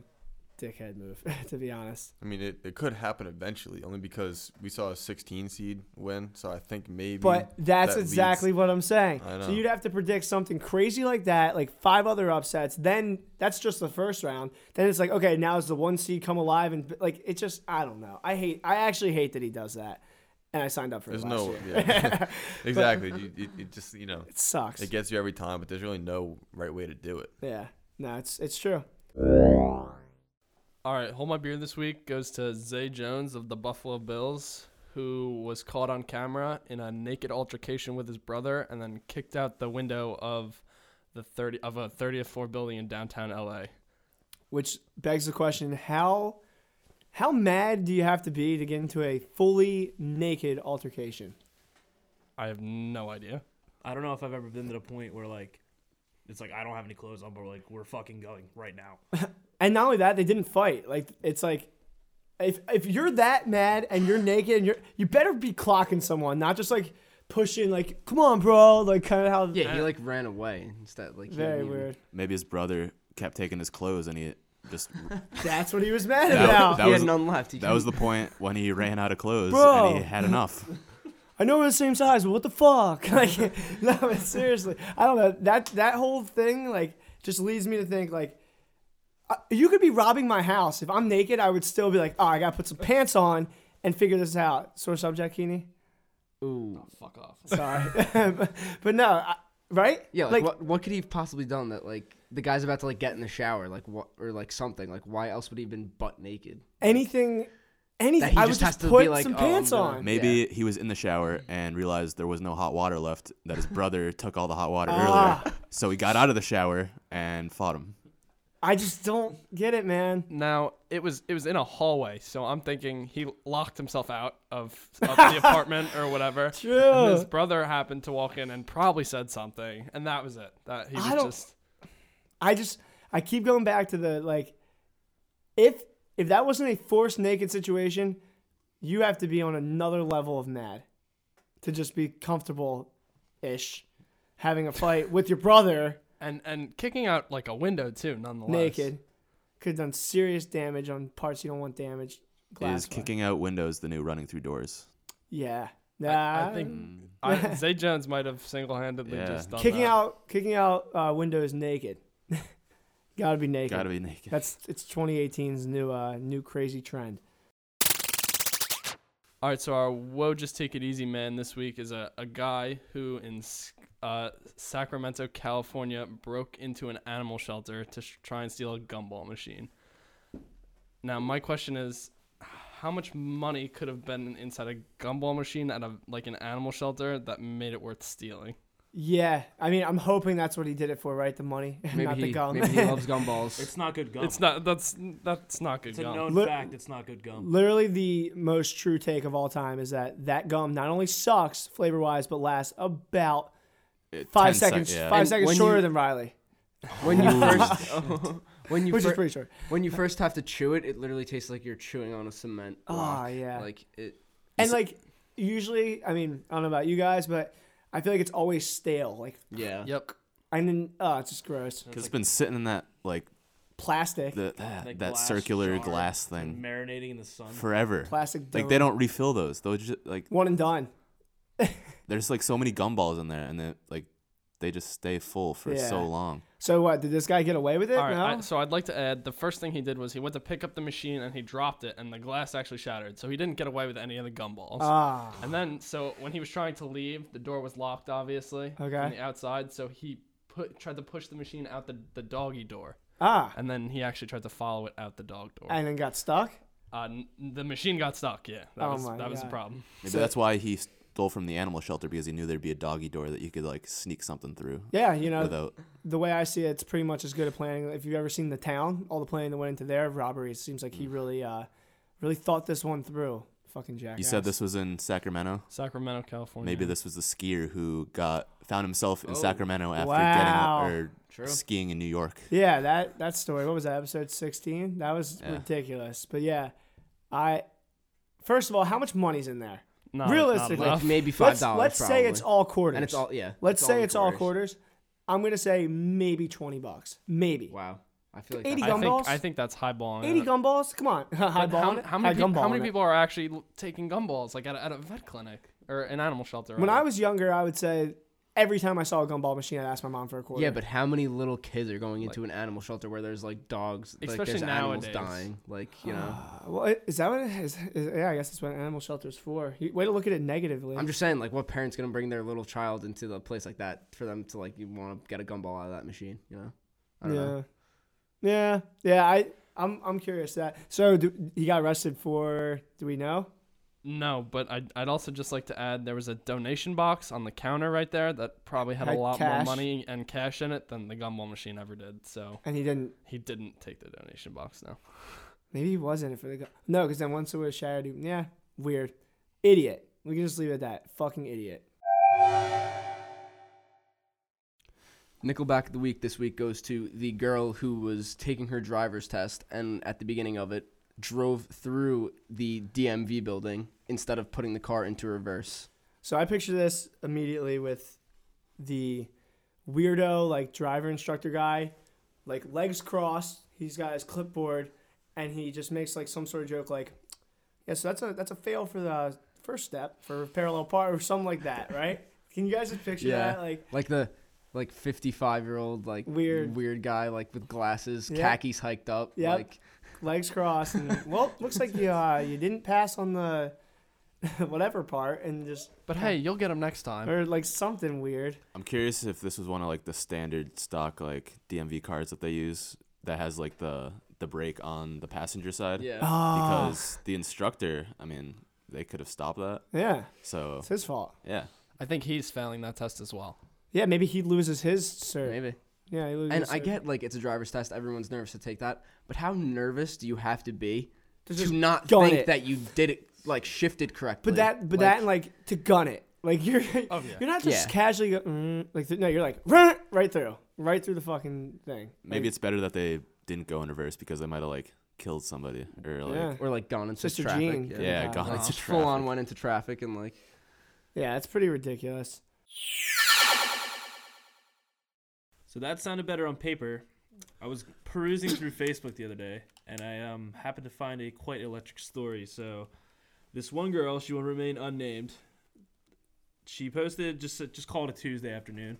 [SPEAKER 2] dickhead move, to be honest.
[SPEAKER 7] I mean, it, it could happen eventually, only because we saw a 16 seed win. So I think maybe.
[SPEAKER 2] But that's
[SPEAKER 7] Mm. that leads-
[SPEAKER 2] exactly what I'm saying.
[SPEAKER 7] I
[SPEAKER 2] So
[SPEAKER 7] know.
[SPEAKER 2] you'd have to predict something crazy like that, like five other upsets. Then that's just the first round. Then it's like, okay, now is the one seed come alive, and like it just, I don't know. I hate. I actually hate that he does that, and I signed up for
[SPEAKER 7] There's
[SPEAKER 2] it last
[SPEAKER 7] no.
[SPEAKER 2] year.
[SPEAKER 7] Yeah. exactly. you, it, it just you know
[SPEAKER 2] It sucks.
[SPEAKER 7] it gets you every time, but there's really no right way to do it.
[SPEAKER 2] yeah. No, it's it's true.
[SPEAKER 4] All right, hold my beer this week goes to Zay Jones of the Buffalo Bills, who was caught on camera in a naked altercation with his brother and then kicked out the window of the 30 of a 30th floor building in downtown LA.
[SPEAKER 2] Which begs the question: how how mad do you have to be to get into a fully naked altercation?
[SPEAKER 4] I have no idea.
[SPEAKER 3] I don't know if I've ever been to the point where like it's like I don't have any clothes on, but like we're fucking going right now.
[SPEAKER 2] And not only that, they didn't fight. Like it's like if if you're that mad and you're naked and you're you better be clocking someone, not just like pushing like, come on, bro, like kind of how
[SPEAKER 6] Yeah, he like ran away instead. Like he
[SPEAKER 2] very
[SPEAKER 6] didn't even-
[SPEAKER 2] weird.
[SPEAKER 5] Maybe his brother kept taking his clothes and he just
[SPEAKER 2] That's what he was mad
[SPEAKER 5] That-
[SPEAKER 2] about.
[SPEAKER 5] that
[SPEAKER 6] he
[SPEAKER 5] was-
[SPEAKER 6] had none left. He
[SPEAKER 5] that was the point when he ran out of clothes and
[SPEAKER 2] Bro.
[SPEAKER 5] he had enough.
[SPEAKER 2] I know we're the same size, but what the fuck? Like, no, but seriously, I don't know. That that whole thing like just leads me to think like, uh, you could be robbing my house. If I'm naked, I would still be like, oh, I gotta put some pants on and figure this out. Sore subject, Keeney.
[SPEAKER 6] Ooh.
[SPEAKER 4] Oh, Fuck off.
[SPEAKER 2] Sorry, but, but no, I, right?
[SPEAKER 6] Yeah, like, what what could he have possibly done that like the guy's about to like get in the shower, like what or like something, like why else would he have been butt naked?
[SPEAKER 2] anything, anything.
[SPEAKER 6] he
[SPEAKER 2] I would
[SPEAKER 6] just
[SPEAKER 2] just,
[SPEAKER 6] has to
[SPEAKER 2] put
[SPEAKER 6] be like,
[SPEAKER 2] some
[SPEAKER 6] "Oh, I'm
[SPEAKER 2] pants
[SPEAKER 6] done."
[SPEAKER 2] on.
[SPEAKER 5] Maybe he was in the shower and realized there was no hot water left, that his brother took all the hot water
[SPEAKER 2] Ah.
[SPEAKER 5] earlier. So he got out of the shower and fought him.
[SPEAKER 2] I just don't get it, man.
[SPEAKER 4] Now it was it was in a hallway, so I'm thinking he locked himself out of, of the apartment or whatever. And his
[SPEAKER 2] True.
[SPEAKER 4] brother happened to walk in and probably said something, and that was it. That he
[SPEAKER 2] I
[SPEAKER 4] was
[SPEAKER 2] don't-
[SPEAKER 4] just
[SPEAKER 2] I just I keep going back to the like, if if that wasn't a forced naked situation, you have to be on another level of mad to just be comfortable, ish, having a fight with your brother
[SPEAKER 4] and and kicking out like a window too, nonetheless.
[SPEAKER 2] naked. Could have done serious damage on parts you don't want damaged. Glass
[SPEAKER 5] Is kicking out windows the new running through doors?
[SPEAKER 2] Yeah.
[SPEAKER 4] I- I
[SPEAKER 2] Nah.
[SPEAKER 4] think I, Zay Jones might have single-handedly
[SPEAKER 5] Yeah.
[SPEAKER 4] just done
[SPEAKER 2] kicking
[SPEAKER 4] that.
[SPEAKER 2] out kicking out uh, windows naked. Gotta be naked.
[SPEAKER 5] Gotta be naked.
[SPEAKER 2] That's it's 2018's new uh, new crazy trend.
[SPEAKER 4] All right, so our "Whoa, just take it easy, man" this week is a, a guy who in S- uh, Sacramento, California, broke into an animal shelter to sh- try and steal a gumball machine. Now, my question is, how much money could have been inside a gumball machine at a like an animal shelter that made it worth stealing?
[SPEAKER 2] Yeah, I mean, I'm hoping that's what he did it for, right? The money,
[SPEAKER 6] Maybe
[SPEAKER 2] not the
[SPEAKER 6] he,
[SPEAKER 2] gum.
[SPEAKER 6] maybe he loves gumballs.
[SPEAKER 3] It's not good gum.
[SPEAKER 4] It's not. That's that's not good
[SPEAKER 3] It's a
[SPEAKER 4] gum.
[SPEAKER 3] known
[SPEAKER 2] Look-
[SPEAKER 3] fact. It's not good gum.
[SPEAKER 2] Literally, the most true take of all time is that that gum not only sucks flavor wise, but lasts about
[SPEAKER 5] It- 10
[SPEAKER 2] five
[SPEAKER 5] sec-
[SPEAKER 2] seconds,
[SPEAKER 5] yeah.
[SPEAKER 2] five
[SPEAKER 6] And
[SPEAKER 2] seconds
[SPEAKER 6] when
[SPEAKER 2] shorter
[SPEAKER 6] you-
[SPEAKER 2] than Riley,
[SPEAKER 6] when you first when you
[SPEAKER 2] which
[SPEAKER 6] fir-
[SPEAKER 2] is pretty short.
[SPEAKER 6] when you first have to chew it, it literally tastes like you're chewing on a cement.
[SPEAKER 2] Ah,
[SPEAKER 6] block.
[SPEAKER 2] yeah.
[SPEAKER 6] Like it.
[SPEAKER 2] And like usually, I mean, I don't know about you guys, but I feel like it's always stale. Like,
[SPEAKER 6] Yeah.
[SPEAKER 4] Yep.
[SPEAKER 2] and then oh, it's just gross.
[SPEAKER 5] Because it's been sitting in that like
[SPEAKER 2] Plastic,
[SPEAKER 5] the, that,
[SPEAKER 3] Like
[SPEAKER 5] that
[SPEAKER 3] glass
[SPEAKER 5] circular
[SPEAKER 3] jar,
[SPEAKER 5] glass
[SPEAKER 3] like
[SPEAKER 5] thing
[SPEAKER 3] marinating in the sun.
[SPEAKER 5] forever.
[SPEAKER 2] plastic.
[SPEAKER 5] Like
[SPEAKER 2] dome.
[SPEAKER 5] they don't refill those. They'll just like
[SPEAKER 2] one and done.
[SPEAKER 5] there's like so many gumballs in there, and then like they just stay full for
[SPEAKER 2] Yeah.
[SPEAKER 5] so long.
[SPEAKER 2] So what? Did this guy get away with it?
[SPEAKER 4] All right.
[SPEAKER 2] no.
[SPEAKER 4] I, so I'd like to add the first thing he did was he went to pick up the machine and he dropped it and the glass actually shattered. So he didn't get away with any of the gumballs.
[SPEAKER 2] ah,
[SPEAKER 4] and then so when he was trying to leave, the door was locked obviously
[SPEAKER 2] Okay.
[SPEAKER 4] from the outside. So he put tried to push the machine out the the doggy door,
[SPEAKER 2] ah,
[SPEAKER 4] and then he actually tried to follow it out the dog door.
[SPEAKER 2] and then got stuck.
[SPEAKER 4] uh, n- the machine got stuck. Yeah. That
[SPEAKER 2] Oh
[SPEAKER 4] was
[SPEAKER 2] my
[SPEAKER 4] that was the
[SPEAKER 2] God.
[SPEAKER 4] problem.
[SPEAKER 5] Maybe that's why he stole from the animal shelter because he knew there'd be a doggy door that you could like sneak something through
[SPEAKER 2] Yeah, you know,
[SPEAKER 5] without.
[SPEAKER 2] the way I see it, it's pretty much as good at planning. If you've ever seen The Town, all the planning that went into their robbery, it seems like he really, uh, really thought this one through. Fucking jackass.
[SPEAKER 5] You said this was in Sacramento.
[SPEAKER 4] Sacramento, California.
[SPEAKER 5] Maybe this was the skier who got found himself in
[SPEAKER 6] Oh.
[SPEAKER 5] Sacramento after
[SPEAKER 2] Wow.
[SPEAKER 5] getting or
[SPEAKER 6] True.
[SPEAKER 5] skiing in New York.
[SPEAKER 2] Yeah, that that story. What was that episode sixteen? That was
[SPEAKER 5] Yeah.
[SPEAKER 2] ridiculous. But yeah, I. First of all, how much money's in there?
[SPEAKER 4] Not- not
[SPEAKER 2] Realistically,
[SPEAKER 4] enough.
[SPEAKER 6] Like maybe five
[SPEAKER 2] Let's,
[SPEAKER 6] dollars.
[SPEAKER 2] let's say it's all quarters.
[SPEAKER 6] And it's all yeah.
[SPEAKER 2] Let's say
[SPEAKER 6] in
[SPEAKER 2] it's all
[SPEAKER 6] quarters.
[SPEAKER 2] quarters. I'm gonna say maybe twenty bucks. Maybe
[SPEAKER 6] Wow. I feel like
[SPEAKER 2] 80
[SPEAKER 6] that's-
[SPEAKER 4] I think,
[SPEAKER 2] gumballs?
[SPEAKER 4] I think that's highballing.
[SPEAKER 2] eighty
[SPEAKER 4] it.
[SPEAKER 2] gumballs. Come on, high
[SPEAKER 4] But
[SPEAKER 2] ball.
[SPEAKER 4] how, how many,
[SPEAKER 2] high
[SPEAKER 4] peop-
[SPEAKER 2] gumball
[SPEAKER 4] how
[SPEAKER 2] in
[SPEAKER 4] many
[SPEAKER 2] it.
[SPEAKER 4] people are actually l- taking gumballs like at a, at a vet clinic or an animal shelter?
[SPEAKER 2] When
[SPEAKER 4] rather?
[SPEAKER 2] I was younger, I would say every time I saw a gumball machine, I'd ask my mom for a quarter.
[SPEAKER 6] Yeah, but how many little kids are going into an animal shelter where there's like dogs, like
[SPEAKER 4] Especially
[SPEAKER 6] there's
[SPEAKER 4] nowadays.
[SPEAKER 6] animals dying, like you know.
[SPEAKER 2] Uh, well, i- is that what it is? is yeah, I guess that's what animal shelter's for. You, way to look at it negatively.
[SPEAKER 6] I'm just saying, like, what parent's gonna bring their little child into a place like that for them to like you want to get a gumball out of that machine, you know? I
[SPEAKER 2] yeah,
[SPEAKER 6] don't know.
[SPEAKER 2] yeah, yeah. I I'm I'm curious that. So do, he got arrested for? Do we know?
[SPEAKER 4] no, but I'd, I'd also just like to add there was a donation box on the counter right there that probably had,
[SPEAKER 2] Had
[SPEAKER 4] a lot
[SPEAKER 2] cash.
[SPEAKER 4] more money and cash in it than the gumball machine ever did. So
[SPEAKER 2] And he didn't.
[SPEAKER 4] he didn't take the donation box. No,
[SPEAKER 2] Maybe he was in it for the gu- no, because then once it was shattered, he- yeah, weird, idiot. We can just leave it at that. Fucking idiot.
[SPEAKER 6] Nickelback of the week this week goes to the girl who was taking her driver's test and at the beginning of it drove through the DMV building instead of putting the car into reverse.
[SPEAKER 2] So I picture this immediately with the weirdo like driver instructor guy, like legs crossed. He's got his clipboard, and he just makes like some sort of joke like, "Yeah, so that's a that's a fail for the first step for parallel part or something like that, right?" Can you guys just picture
[SPEAKER 6] Yeah.
[SPEAKER 2] that? Like,
[SPEAKER 6] Like the like 55 year old like
[SPEAKER 2] Weird.
[SPEAKER 6] weird guy like with glasses,
[SPEAKER 2] Yep.
[SPEAKER 6] khakis hiked up,
[SPEAKER 2] Yep.
[SPEAKER 6] like
[SPEAKER 2] legs crossed, and well, looks like you uh, you didn't pass on the whatever part, and just
[SPEAKER 4] but hey, you'll get them next time.
[SPEAKER 2] or like something weird.
[SPEAKER 5] I'm curious if this was one of like the standard stock like DMV cards that they use that has like the the brake on the passenger side.
[SPEAKER 6] yeah.
[SPEAKER 2] Oh,
[SPEAKER 5] Because the instructor, I mean, they could have stopped that.
[SPEAKER 2] Yeah,
[SPEAKER 5] So
[SPEAKER 2] it's his fault.
[SPEAKER 5] yeah,
[SPEAKER 4] I think he's failing that test as well.
[SPEAKER 2] Yeah, maybe he loses his cert.
[SPEAKER 6] Maybe.
[SPEAKER 2] Yeah, he loses.
[SPEAKER 6] And
[SPEAKER 2] his
[SPEAKER 6] I
[SPEAKER 2] cert.
[SPEAKER 6] get like it's a driver's test, everyone's nervous to take that, but how nervous do you have to be
[SPEAKER 2] To
[SPEAKER 6] to,
[SPEAKER 2] just
[SPEAKER 6] not
[SPEAKER 2] gun
[SPEAKER 6] think
[SPEAKER 2] it.
[SPEAKER 6] that you did it like shifted correctly?
[SPEAKER 2] But that, but that, and like to gun it. Like you're, you're not just
[SPEAKER 6] Yeah.
[SPEAKER 2] casually go, mm, like th- no, you're like "Ruh," right through, right through the fucking thing.
[SPEAKER 5] maybe
[SPEAKER 2] Like,
[SPEAKER 5] it's better that they didn't go in reverse because they might have like killed somebody or like
[SPEAKER 2] yeah,
[SPEAKER 6] or like gone into
[SPEAKER 2] Sister
[SPEAKER 6] traffic.
[SPEAKER 2] Jean.
[SPEAKER 5] yeah,
[SPEAKER 2] Yeah.
[SPEAKER 5] gone
[SPEAKER 6] Like,
[SPEAKER 5] into
[SPEAKER 6] full on
[SPEAKER 5] traffic.
[SPEAKER 6] went into traffic and like
[SPEAKER 2] yeah, it's pretty ridiculous.
[SPEAKER 3] So that sounded better on paper. I was perusing through Facebook the other day, and I um, happened to find a quite electric story. So, this one girl, she will remain unnamed. She posted just just call it a Tuesday afternoon.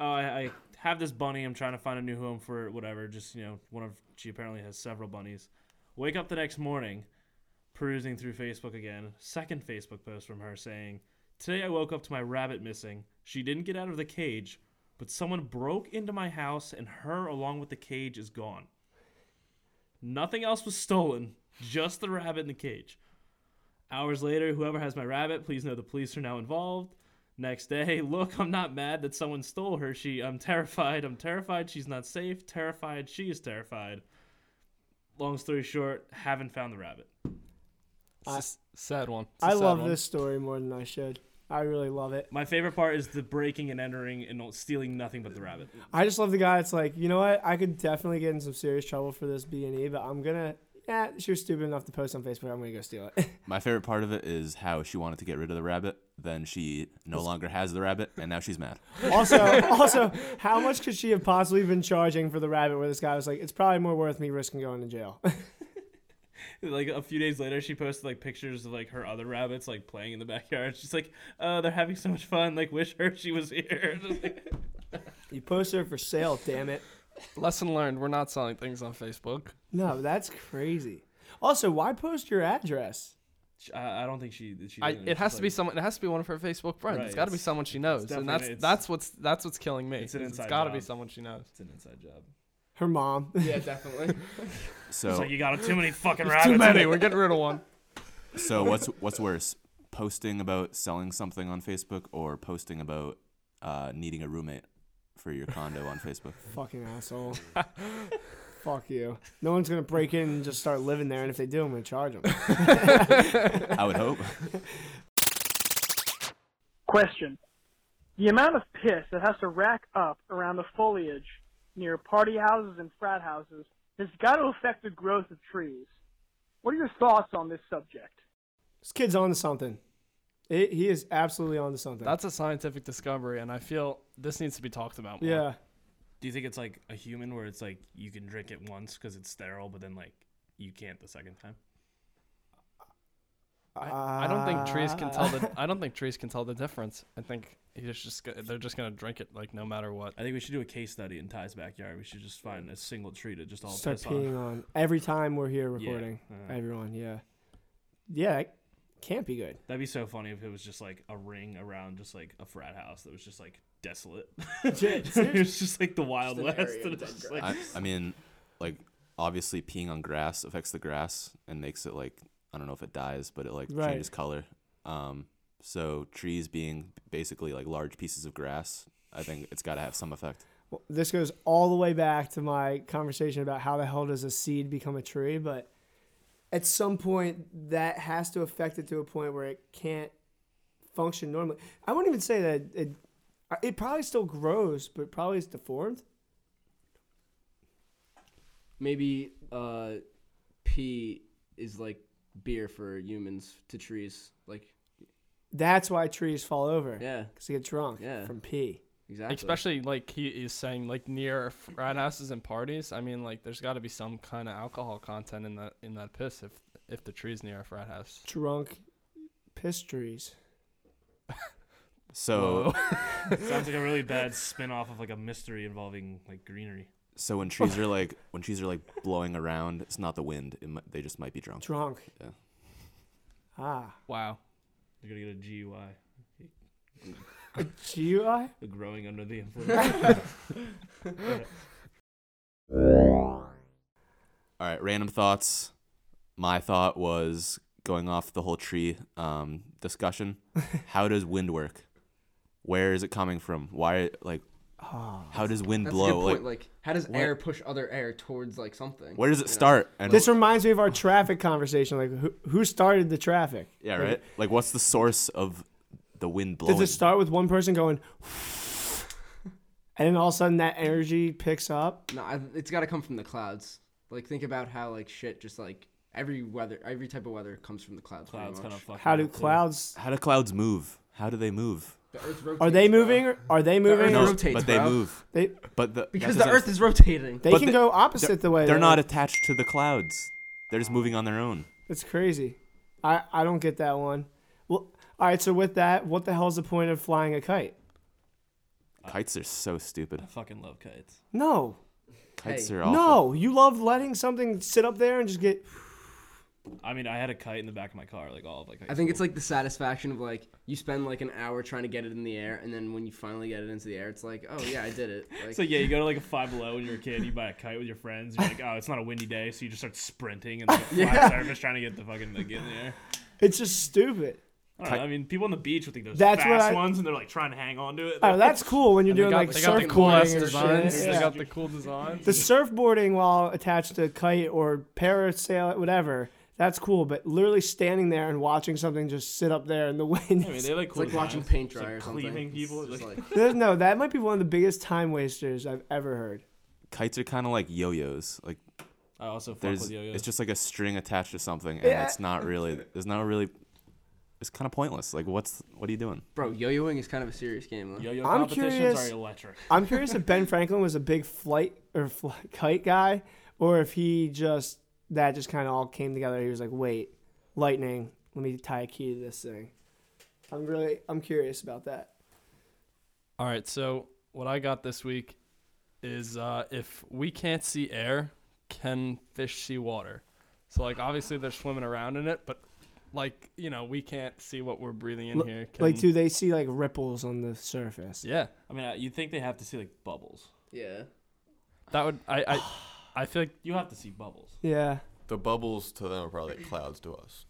[SPEAKER 3] Oh, I, I have this bunny. I'm trying to find a new home for it, whatever. Just you know, one of she apparently has several bunnies. Wake up the next morning, perusing through Facebook again. Second Facebook post from her saying, "Today I woke up to my rabbit missing. She didn't get out of the cage, but someone broke into my house and her along with the cage is gone. Nothing else was stolen, just the rabbit in the cage. Hours later, whoever has my rabbit, please know the police are now involved. Next day, look, I'm not mad that someone stole her. She, I'm terrified. I'm terrified she's not safe. Terrified she is terrified. Long story short, haven't found the rabbit.
[SPEAKER 4] It's a s- sad one. It's a
[SPEAKER 2] I
[SPEAKER 4] sad
[SPEAKER 2] love
[SPEAKER 4] one.
[SPEAKER 2] this story more than I should. I really love it.
[SPEAKER 3] My favorite part is the breaking and entering and not stealing nothing but the rabbit.
[SPEAKER 2] I just love the guy that's like, you know what? I could definitely get in some serious trouble for this B and E, but I'm gonna. Yeah, she was stupid enough to post on Facebook. I'm gonna go steal it.
[SPEAKER 5] My favorite part of it is how she wanted to get rid of the rabbit, then she no longer has the rabbit, and now she's mad.
[SPEAKER 2] also, also, how much could she have possibly been charging for the rabbit? Where this guy was like, it's probably more worth me risking going to jail.
[SPEAKER 3] Like a few days later, she posted like pictures of like her other rabbits like playing in the backyard. She's like, "Oh, they're having so much fun. Like, wish her she was here."
[SPEAKER 2] you post her for sale, damn it.
[SPEAKER 4] Lesson learned: We're not selling things on Facebook.
[SPEAKER 2] No, that's crazy. Also, why post your address?
[SPEAKER 3] I, I don't think she. she
[SPEAKER 4] I,
[SPEAKER 3] did
[SPEAKER 4] it has
[SPEAKER 3] It's
[SPEAKER 4] to be
[SPEAKER 3] like-
[SPEAKER 4] someone. It has to be one of her Facebook friends.
[SPEAKER 3] Right,
[SPEAKER 4] It's got to be
[SPEAKER 3] it's-
[SPEAKER 4] someone she knows, and
[SPEAKER 3] definitely-
[SPEAKER 4] that's
[SPEAKER 3] it's-
[SPEAKER 4] that's what's that's what's killing me.
[SPEAKER 3] It's an
[SPEAKER 4] is
[SPEAKER 3] inside
[SPEAKER 4] it's got to be
[SPEAKER 3] job.
[SPEAKER 4] someone she knows.
[SPEAKER 3] It's an inside job.
[SPEAKER 2] Her mom.
[SPEAKER 6] Yeah, definitely.
[SPEAKER 3] It's
[SPEAKER 5] So,
[SPEAKER 3] like you got too many fucking
[SPEAKER 4] There's too
[SPEAKER 3] rabbits.
[SPEAKER 4] many. We're getting rid of one.
[SPEAKER 5] so what's what's worse, posting about selling something on Facebook or posting about uh, needing a roommate for your condo on Facebook?
[SPEAKER 2] Fucking asshole. Fuck you. No one's gonna break in and just start living there, and if they do, I'm gonna charge them.
[SPEAKER 5] I would hope.
[SPEAKER 8] Question. The amount of piss that has to rack up around the foliage near party houses and frat houses has got to affect the growth of trees. What are your thoughts on this subject?
[SPEAKER 2] This kid's on to something. It, he is absolutely on to something.
[SPEAKER 4] That's a scientific discovery, and I feel this needs to be talked about. More.
[SPEAKER 2] yeah.
[SPEAKER 3] Do you think it's like a human where it's like you can drink it once because it's sterile, but then like you can't the second time?
[SPEAKER 4] I, I don't think trees can tell the. I don't think trees can tell the difference. I think he's just. go- They're just gonna drink it like no matter what.
[SPEAKER 3] I think we should do a case study in Ty's backyard. We should just find a single tree to just all
[SPEAKER 2] Start
[SPEAKER 3] piss on.
[SPEAKER 2] peeing on every time we're here
[SPEAKER 3] Yeah,
[SPEAKER 2] recording.
[SPEAKER 3] uh,
[SPEAKER 2] Everyone, yeah, yeah, it can't be good.
[SPEAKER 3] That'd be so funny if it was just like a ring around just like a frat house that was just like desolate. it was just like the Wild West. And it's just, like,
[SPEAKER 5] I, I mean, like obviously peeing on grass affects the grass and makes it like I don't know if it dies, but it like
[SPEAKER 2] Right.
[SPEAKER 5] changes color. Um, so trees being basically like large pieces of grass, I think it's got to have some effect.
[SPEAKER 2] Well, this goes all the way back to my conversation about how the hell does a seed become a tree, but at some point that has to affect it to a point where it can't function normally. I wouldn't even say that it it probably still grows, but probably is deformed.
[SPEAKER 6] Maybe uh, pee is like beer for humans to trees. Like,
[SPEAKER 2] That's why trees fall over.
[SPEAKER 6] yeah,
[SPEAKER 2] Cause they get drunk
[SPEAKER 6] Yeah.
[SPEAKER 2] from pee.
[SPEAKER 6] exactly.
[SPEAKER 4] Especially like he is saying, like near frat houses and parties. I mean, like there's got to be some kind of alcohol content in that in that piss if if the tree's near a frat house.
[SPEAKER 2] Drunk piss trees.
[SPEAKER 5] So
[SPEAKER 3] sounds like a really bad spin off of like a mystery involving like greenery.
[SPEAKER 5] so when trees are like when trees are like blowing around, it's not the wind. It mi- they just might be drunk.
[SPEAKER 2] Drunk.
[SPEAKER 5] Yeah.
[SPEAKER 2] Ah.
[SPEAKER 4] Wow.
[SPEAKER 3] You're gonna get a GUI.
[SPEAKER 2] GUI?
[SPEAKER 3] The growing under the influence.
[SPEAKER 5] All right, random thoughts. My thought was going off the whole tree um, discussion. How does wind work? Where is it coming from? Why like
[SPEAKER 2] Ah.
[SPEAKER 5] how does wind
[SPEAKER 6] That's a
[SPEAKER 5] blow?
[SPEAKER 6] good
[SPEAKER 5] Like
[SPEAKER 6] point. Like, how does
[SPEAKER 5] what-
[SPEAKER 6] air push other air towards like something?
[SPEAKER 5] where does
[SPEAKER 6] You
[SPEAKER 5] it
[SPEAKER 6] know?
[SPEAKER 5] start? And
[SPEAKER 2] This reminds me of our traffic conversation. Like, who, who started the traffic?
[SPEAKER 5] yeah,
[SPEAKER 2] Like,
[SPEAKER 5] right. Like what's the source of the wind blowing?
[SPEAKER 2] Does it start with one person going, and then all of a sudden that energy picks up?
[SPEAKER 6] No, I, it's got to come from the clouds. Like, think about how like shit just like every weather, every type of weather comes from the clouds. pretty
[SPEAKER 3] Clouds
[SPEAKER 6] much.
[SPEAKER 3] kind of fucking.
[SPEAKER 2] How do
[SPEAKER 3] up, too.
[SPEAKER 2] clouds?
[SPEAKER 5] How do clouds move? How do they move?
[SPEAKER 6] The Earth rotates,
[SPEAKER 2] Are they
[SPEAKER 6] bro.
[SPEAKER 2] moving? Or are they moving?
[SPEAKER 6] No.
[SPEAKER 2] or-
[SPEAKER 6] rotates,
[SPEAKER 5] but they
[SPEAKER 6] bro.
[SPEAKER 5] move.
[SPEAKER 2] They
[SPEAKER 5] But the,
[SPEAKER 6] Because
[SPEAKER 5] that
[SPEAKER 6] the
[SPEAKER 5] doesn't-
[SPEAKER 6] Earth is rotating.
[SPEAKER 2] they
[SPEAKER 5] But
[SPEAKER 2] can
[SPEAKER 5] they-
[SPEAKER 2] go opposite the way
[SPEAKER 5] they're not
[SPEAKER 2] A,
[SPEAKER 5] attached to the clouds. They're just moving on their own.
[SPEAKER 2] it's crazy. I I don't get that one. Well, all right. So with that, what the hell's the point of flying a kite?
[SPEAKER 6] Uh,
[SPEAKER 5] Kites are so stupid.
[SPEAKER 3] I fucking love kites.
[SPEAKER 2] No,
[SPEAKER 5] Kites
[SPEAKER 6] Hey.
[SPEAKER 5] are awful.
[SPEAKER 2] no. You love letting something sit up there and just get.
[SPEAKER 3] I mean, I had a kite in the back of my car, like all of like. high
[SPEAKER 6] I think
[SPEAKER 3] school.
[SPEAKER 6] it's like the satisfaction of like you spend like an hour trying to get it in the air, and then when you finally get it into the air, it's like, oh yeah, I did it. Like,
[SPEAKER 3] So yeah, you go to like a five below when you're a kid, you buy a kite with your friends. You're like, oh, it's not a windy day, so you just start sprinting and like flat surface trying to get the fucking like, get in the air.
[SPEAKER 2] It's just stupid.
[SPEAKER 3] I don't know. I mean, people on the beach with like those
[SPEAKER 2] That's what
[SPEAKER 3] fast
[SPEAKER 2] I-
[SPEAKER 3] ones, and they're like trying to hang on to it.
[SPEAKER 2] Oh, that's cool when you're doing
[SPEAKER 4] And
[SPEAKER 2] like
[SPEAKER 4] they got the cool ass
[SPEAKER 2] surfboarding or
[SPEAKER 4] designs.
[SPEAKER 2] shit.
[SPEAKER 4] They
[SPEAKER 2] Yeah.
[SPEAKER 4] got the cool designs.
[SPEAKER 2] The surfboarding while attached to a kite or parasail, whatever. That's cool, but literally standing there and watching something just sit up there in the wind.
[SPEAKER 3] I mean, they like
[SPEAKER 6] It's
[SPEAKER 3] cool
[SPEAKER 6] like watching
[SPEAKER 3] designs.
[SPEAKER 6] paint
[SPEAKER 3] It's like
[SPEAKER 6] dry or something.
[SPEAKER 3] Cleaving people.
[SPEAKER 6] It's
[SPEAKER 3] It's
[SPEAKER 6] just
[SPEAKER 3] like,
[SPEAKER 6] like-
[SPEAKER 2] There's- no, that might be one of the biggest time wasters I've ever heard.
[SPEAKER 5] Kites are kind of like yo-yos. Like
[SPEAKER 3] I also fuck
[SPEAKER 5] there's,
[SPEAKER 3] with yo-yos.
[SPEAKER 5] it's just like a string attached to something, and
[SPEAKER 2] Yeah.
[SPEAKER 5] it's not really. There's not really. It's kind of pointless. Like what's what are you doing?
[SPEAKER 6] bro, yo-yoing is kind of a serious game. Though.
[SPEAKER 3] yo-yo
[SPEAKER 2] I'm
[SPEAKER 3] competitions
[SPEAKER 2] curious-
[SPEAKER 3] are electric.
[SPEAKER 2] I'm curious if Ben Franklin was a big flight or fl- kite guy, or if he just that just kind of all came together. He was like, "Wait, lightning, let me tie a key to this thing." I'm really, I'm curious about that.
[SPEAKER 4] All right, so what I got this week is uh, if we can't see air, can fish see water? So like obviously they're swimming around in it, but like you know we can't see what we're breathing in
[SPEAKER 2] L-
[SPEAKER 4] here. Can,
[SPEAKER 2] Like, do they see like ripples on the surface?
[SPEAKER 4] yeah,
[SPEAKER 3] I mean, I- you'd think they have to see like bubbles.
[SPEAKER 6] Yeah.
[SPEAKER 4] that would I I I feel like
[SPEAKER 3] You have to see bubbles.
[SPEAKER 2] Yeah,
[SPEAKER 7] The bubbles to them are probably like clouds to us.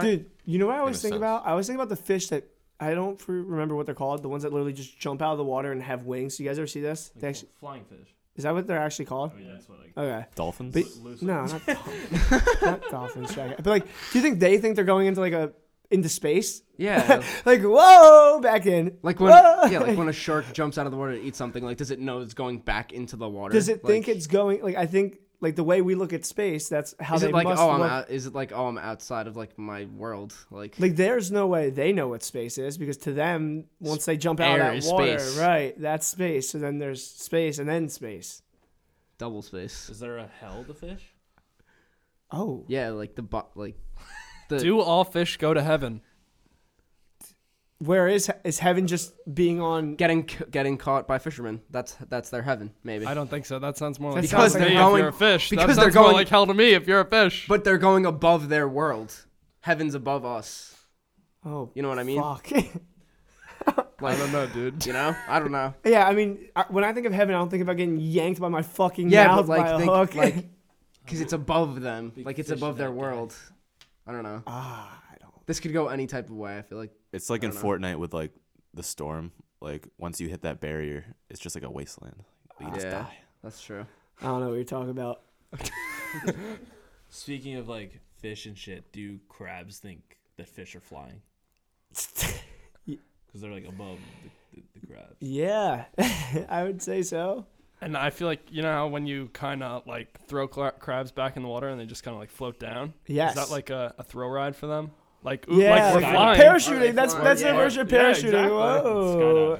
[SPEAKER 2] dude. You know what I always
[SPEAKER 7] a
[SPEAKER 2] think
[SPEAKER 7] sense.
[SPEAKER 2] about? I always think about the fish that I don't fr- remember what they're called. The ones that literally just jump out of the water and have wings. You guys ever see this?
[SPEAKER 3] Like,
[SPEAKER 2] They actually,
[SPEAKER 3] flying fish.
[SPEAKER 2] is that what they're actually called?
[SPEAKER 3] I mean, Oh, that's what like
[SPEAKER 2] Okay.
[SPEAKER 5] Dolphins?
[SPEAKER 2] But
[SPEAKER 3] loose.
[SPEAKER 2] no, not dolphins. not dolphins. Shaggy. But like, do you think they think they're going into like a into space?
[SPEAKER 6] Yeah.
[SPEAKER 2] Like, whoa, back in.
[SPEAKER 6] Like when
[SPEAKER 2] Whoa!
[SPEAKER 6] yeah, like when a shark jumps out of the water to eat something, like does it know it's going back into the water?
[SPEAKER 2] Does it
[SPEAKER 6] Like,
[SPEAKER 2] think it's going? Like, I think like the way we look at space, that's how
[SPEAKER 6] Is
[SPEAKER 2] they
[SPEAKER 6] it like
[SPEAKER 2] must
[SPEAKER 6] oh I'm
[SPEAKER 2] look.
[SPEAKER 6] out, is it like oh I'm outside of like my world like
[SPEAKER 2] Like, there's no way they know what space is because to them, once they jump out
[SPEAKER 6] Air
[SPEAKER 2] of
[SPEAKER 6] is
[SPEAKER 2] that water,
[SPEAKER 6] space.
[SPEAKER 2] right? That's space. So then there's space and then space.
[SPEAKER 6] double space?
[SPEAKER 3] Is there a hell to fish?
[SPEAKER 2] Oh,
[SPEAKER 6] Yeah, like the bo- like the
[SPEAKER 4] do all fish go to heaven?
[SPEAKER 2] where is is heaven just being on?
[SPEAKER 6] getting c- getting caught by fishermen. That's that's their heaven maybe.
[SPEAKER 4] I don't think so. That sounds more
[SPEAKER 2] That
[SPEAKER 4] like hell
[SPEAKER 2] sounds
[SPEAKER 4] to
[SPEAKER 2] like
[SPEAKER 4] me
[SPEAKER 2] they're
[SPEAKER 4] if
[SPEAKER 6] going-
[SPEAKER 4] you're a fish. That
[SPEAKER 6] because they're
[SPEAKER 4] sounds more
[SPEAKER 6] going-
[SPEAKER 4] like hell to me if you're a fish.
[SPEAKER 6] But they're going above their world. Heaven's above us.
[SPEAKER 2] Oh,
[SPEAKER 6] You know what I mean?
[SPEAKER 2] fuck.
[SPEAKER 6] Like,
[SPEAKER 4] I don't know, dude.
[SPEAKER 6] You know? I don't know.
[SPEAKER 2] yeah, I mean, I, when I think of heaven, I don't think about getting yanked by my fucking
[SPEAKER 6] Yeah,
[SPEAKER 2] mouth
[SPEAKER 6] but like
[SPEAKER 2] by a
[SPEAKER 6] think
[SPEAKER 2] hook.
[SPEAKER 6] like because it's above them.
[SPEAKER 3] Big
[SPEAKER 6] Like it's
[SPEAKER 3] fish
[SPEAKER 6] above their
[SPEAKER 3] that guy.
[SPEAKER 6] world. I don't know.
[SPEAKER 2] ah, I don't.
[SPEAKER 6] This could go any type of way. I feel like
[SPEAKER 5] It's like
[SPEAKER 6] I
[SPEAKER 5] in
[SPEAKER 6] don't know.
[SPEAKER 5] Fortnite with like the storm. Like once you hit that barrier, it's just like a wasteland. You just
[SPEAKER 6] Yeah.
[SPEAKER 5] die.
[SPEAKER 6] that's true.
[SPEAKER 2] I don't know what you're talking about.
[SPEAKER 3] Speaking of like fish and shit, do crabs think that fish are flying? Because they're like above the, the, the crab.
[SPEAKER 2] yeah, I would say so.
[SPEAKER 4] And I feel like you know how when you kind of like throw cla crabs back in the water and they just kind of like float down.
[SPEAKER 2] Yes.
[SPEAKER 4] Is that like a, a throw ride for them? Like ooh,
[SPEAKER 2] yeah,
[SPEAKER 4] like we're
[SPEAKER 3] like
[SPEAKER 4] flying.
[SPEAKER 2] parachuting. That's
[SPEAKER 6] flying?
[SPEAKER 2] that's
[SPEAKER 6] Yeah.
[SPEAKER 2] their version of
[SPEAKER 4] Yeah,
[SPEAKER 2] parachuting.
[SPEAKER 4] exactly.
[SPEAKER 2] Whoa.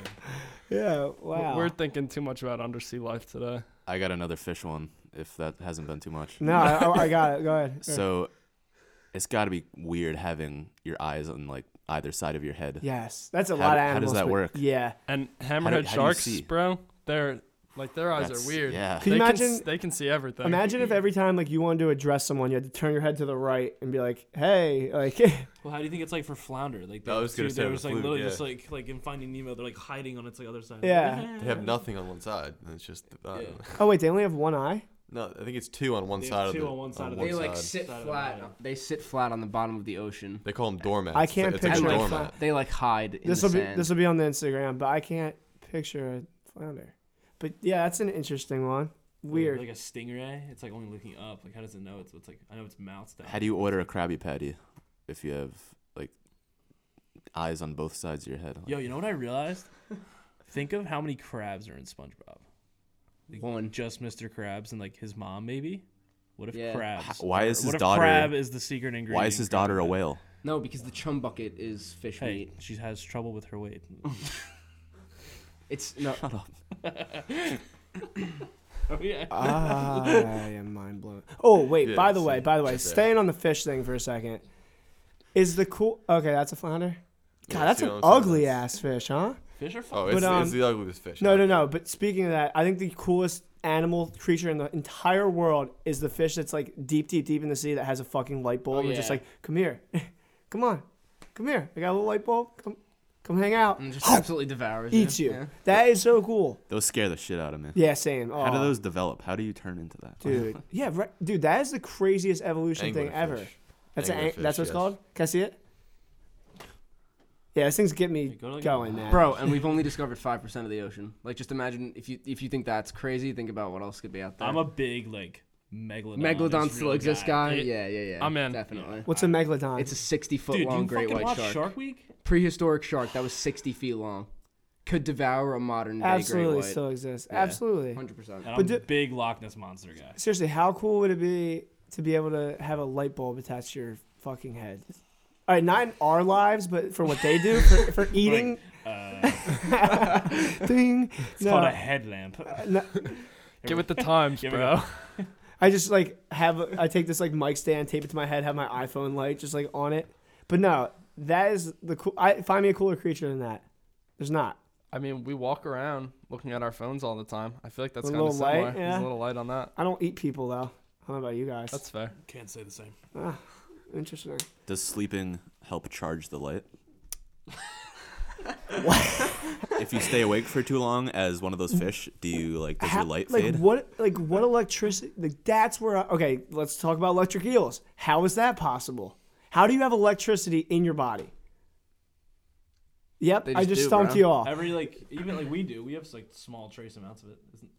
[SPEAKER 2] Yeah. Wow.
[SPEAKER 4] We're thinking too much about undersea life today.
[SPEAKER 5] I got another fish one. If that hasn't been too much.
[SPEAKER 2] no, I, oh, I- I got it. Go ahead.
[SPEAKER 5] So it's got to be weird having your eyes on like either side of your head.
[SPEAKER 2] yes, that's a
[SPEAKER 5] How-
[SPEAKER 2] lot of
[SPEAKER 5] how does
[SPEAKER 2] animals.
[SPEAKER 5] that
[SPEAKER 2] but-
[SPEAKER 5] work?
[SPEAKER 2] Yeah.
[SPEAKER 4] And
[SPEAKER 5] how do
[SPEAKER 4] hammerhead
[SPEAKER 5] you
[SPEAKER 4] sharks,
[SPEAKER 5] see?
[SPEAKER 4] bro, they're like their eyes
[SPEAKER 5] That's-
[SPEAKER 4] are weird.
[SPEAKER 5] Yeah.
[SPEAKER 2] Could
[SPEAKER 4] They
[SPEAKER 2] you
[SPEAKER 4] can, s-
[SPEAKER 2] imagine?
[SPEAKER 4] they can see everything.
[SPEAKER 2] Imagine if every time like you wanted to address someone, you had to turn your head to the right and be like, "Hey," like.
[SPEAKER 3] Well, how do you think it's like for flounder? Like
[SPEAKER 7] I was gonna
[SPEAKER 3] dude,
[SPEAKER 7] say
[SPEAKER 3] they
[SPEAKER 7] with
[SPEAKER 3] was like
[SPEAKER 7] fluke,
[SPEAKER 3] literally
[SPEAKER 7] yeah.
[SPEAKER 3] just like like in Finding Nemo, they're like hiding on its like other side.
[SPEAKER 2] Yeah.
[SPEAKER 7] They have nothing on one side. and It's just I don't
[SPEAKER 3] Yeah.
[SPEAKER 7] know.
[SPEAKER 2] oh wait, they only have one eye.
[SPEAKER 7] no. I think it's two on one
[SPEAKER 3] They have
[SPEAKER 7] side of
[SPEAKER 3] two
[SPEAKER 7] the.
[SPEAKER 3] on one side of the-
[SPEAKER 7] one
[SPEAKER 6] They like
[SPEAKER 7] side.
[SPEAKER 6] sit
[SPEAKER 3] Side of the
[SPEAKER 6] flat.
[SPEAKER 3] island.
[SPEAKER 6] They sit flat on the bottom of the ocean.
[SPEAKER 7] They call them doormats.
[SPEAKER 2] I
[SPEAKER 7] It's
[SPEAKER 2] can't
[SPEAKER 7] like- it's like
[SPEAKER 2] picture
[SPEAKER 7] a
[SPEAKER 2] like
[SPEAKER 7] doormat.
[SPEAKER 6] They like hide in
[SPEAKER 2] This
[SPEAKER 6] the
[SPEAKER 2] will be
[SPEAKER 6] sand.
[SPEAKER 2] this will be on the Instagram, but I can't picture a flounder. But yeah, that's an interesting one. Weird.
[SPEAKER 3] Like a stingray, it's like only looking up. Like how does it know it's, it's like I know its mouth's down.
[SPEAKER 5] How do you order a Krabby Patty if you have like eyes on both sides of your head? Like,
[SPEAKER 3] Yo, you know what I realized? Think of how many crabs are in SpongeBob. Like,
[SPEAKER 6] One.
[SPEAKER 3] Just Mr. Krabs and like his mom, maybe. What if
[SPEAKER 6] Yeah.
[SPEAKER 3] crabs?
[SPEAKER 5] H- why is
[SPEAKER 3] or
[SPEAKER 5] his
[SPEAKER 3] what if
[SPEAKER 5] daughter-
[SPEAKER 3] crab is the secret ingredient?
[SPEAKER 5] Why is his
[SPEAKER 3] in Krabby
[SPEAKER 5] daughter a
[SPEAKER 3] Patty?
[SPEAKER 5] whale?
[SPEAKER 6] no, because the chum bucket is fish
[SPEAKER 3] Hey,
[SPEAKER 6] meat.
[SPEAKER 3] she has trouble with her weight.
[SPEAKER 6] It's no.
[SPEAKER 5] Shut up.
[SPEAKER 3] oh yeah.
[SPEAKER 5] Ah.
[SPEAKER 2] I am mind blown. Oh wait,
[SPEAKER 7] Yeah,
[SPEAKER 2] by the
[SPEAKER 7] see,
[SPEAKER 2] way, by the way,
[SPEAKER 7] right there.
[SPEAKER 2] staying on the fish thing for a second. Is the cool? Okay, that's a flounder. God,
[SPEAKER 7] Yeah,
[SPEAKER 2] that's
[SPEAKER 7] see
[SPEAKER 2] an
[SPEAKER 7] what I'm saying?
[SPEAKER 2] ugly ass fish, huh?
[SPEAKER 3] Fish are
[SPEAKER 7] Oh,
[SPEAKER 3] fun.
[SPEAKER 7] it's,
[SPEAKER 2] um,
[SPEAKER 7] it's the ugliest fish.
[SPEAKER 2] No,
[SPEAKER 7] out
[SPEAKER 2] no,
[SPEAKER 7] there.
[SPEAKER 2] no. But speaking of that, I think the coolest animal creature in the entire world is the fish that's like deep, deep, deep in the sea that has a fucking light bulb
[SPEAKER 6] Oh,
[SPEAKER 2] and just
[SPEAKER 6] yeah.
[SPEAKER 2] like, come here, come on, come here. I got a little light bulb. Come, come hang out.
[SPEAKER 6] And just absolutely devours
[SPEAKER 2] Oh! Eats
[SPEAKER 6] you.
[SPEAKER 2] you. That is so cool.
[SPEAKER 5] Those scare the shit out of me.
[SPEAKER 2] Yeah, same. Oh,
[SPEAKER 5] How do those develop? How do you turn into that?
[SPEAKER 2] dude? yeah, right, dude. That is the craziest evolution thing
[SPEAKER 7] Anglerfish.
[SPEAKER 2] ever. That's an,
[SPEAKER 7] Anglerfish,
[SPEAKER 2] that's what it's
[SPEAKER 7] yes.
[SPEAKER 2] called. Can I see it? Yeah, this thing's getting me
[SPEAKER 3] Go to, like, a
[SPEAKER 2] going, man.
[SPEAKER 6] Bro, and we've only discovered five percent of the ocean. Like, just imagine if you if you think that's crazy, think about what else could be out there.
[SPEAKER 3] I'm a big like megalodon.
[SPEAKER 6] megalodon
[SPEAKER 3] is
[SPEAKER 6] still
[SPEAKER 3] real
[SPEAKER 6] exists guy.
[SPEAKER 3] guy.
[SPEAKER 6] Yeah, yeah, yeah.
[SPEAKER 4] I'm in.
[SPEAKER 6] Definitely.
[SPEAKER 2] What's a megalodon?
[SPEAKER 6] It's a 60 foot
[SPEAKER 3] Dude, do
[SPEAKER 6] long
[SPEAKER 3] you
[SPEAKER 6] great
[SPEAKER 3] fucking
[SPEAKER 6] white
[SPEAKER 3] watch
[SPEAKER 6] shark.
[SPEAKER 3] Shark, Week?
[SPEAKER 6] Prehistoric shark that was 60 feet long, could devour a modern day
[SPEAKER 2] absolutely
[SPEAKER 6] great white.
[SPEAKER 2] still exists.
[SPEAKER 6] Yeah.
[SPEAKER 2] Absolutely.
[SPEAKER 6] 100%.
[SPEAKER 3] And
[SPEAKER 2] But
[SPEAKER 3] I'm
[SPEAKER 2] do-
[SPEAKER 3] a big Loch Ness monster guy.
[SPEAKER 2] Seriously, how cool would it be to be able to have a light bulb attached to your fucking head? All right, not in our lives, but for what they do for, for eating.
[SPEAKER 3] Uh,
[SPEAKER 2] Ding.
[SPEAKER 3] it's called a
[SPEAKER 2] No,
[SPEAKER 3] headlamp.
[SPEAKER 2] no,
[SPEAKER 4] Get with the times,
[SPEAKER 3] Here we
[SPEAKER 4] bro.
[SPEAKER 2] I just like have a- I take this like mic stand, tape it to my head, have my iPhone light just like on it. But no, that is the cool. I find me a cooler creature than that. There's not.
[SPEAKER 4] I mean, we walk around looking at our phones all the time. I feel like that's
[SPEAKER 2] A
[SPEAKER 4] kind of
[SPEAKER 2] little light,
[SPEAKER 4] similar. There's
[SPEAKER 2] yeah.
[SPEAKER 4] a little light on that.
[SPEAKER 2] I don't eat people though. I don't know about you guys.
[SPEAKER 4] That's fair.
[SPEAKER 3] Can't say the same.
[SPEAKER 2] interesting.
[SPEAKER 5] Does sleeping help charge the light? if you stay awake for too long as one of those fish, do you like does
[SPEAKER 2] How-
[SPEAKER 5] your light
[SPEAKER 2] like
[SPEAKER 5] fade?
[SPEAKER 2] what? Like what electricity? Like that's where. I, okay, let's talk about electric eels. How is that possible? How do you have electricity in your body? Yep,
[SPEAKER 6] They
[SPEAKER 2] I
[SPEAKER 6] just
[SPEAKER 2] just
[SPEAKER 6] do,
[SPEAKER 2] stumped
[SPEAKER 6] bro.
[SPEAKER 2] you off.
[SPEAKER 3] Every like even like we do, we have like small trace amounts of it. Isn't,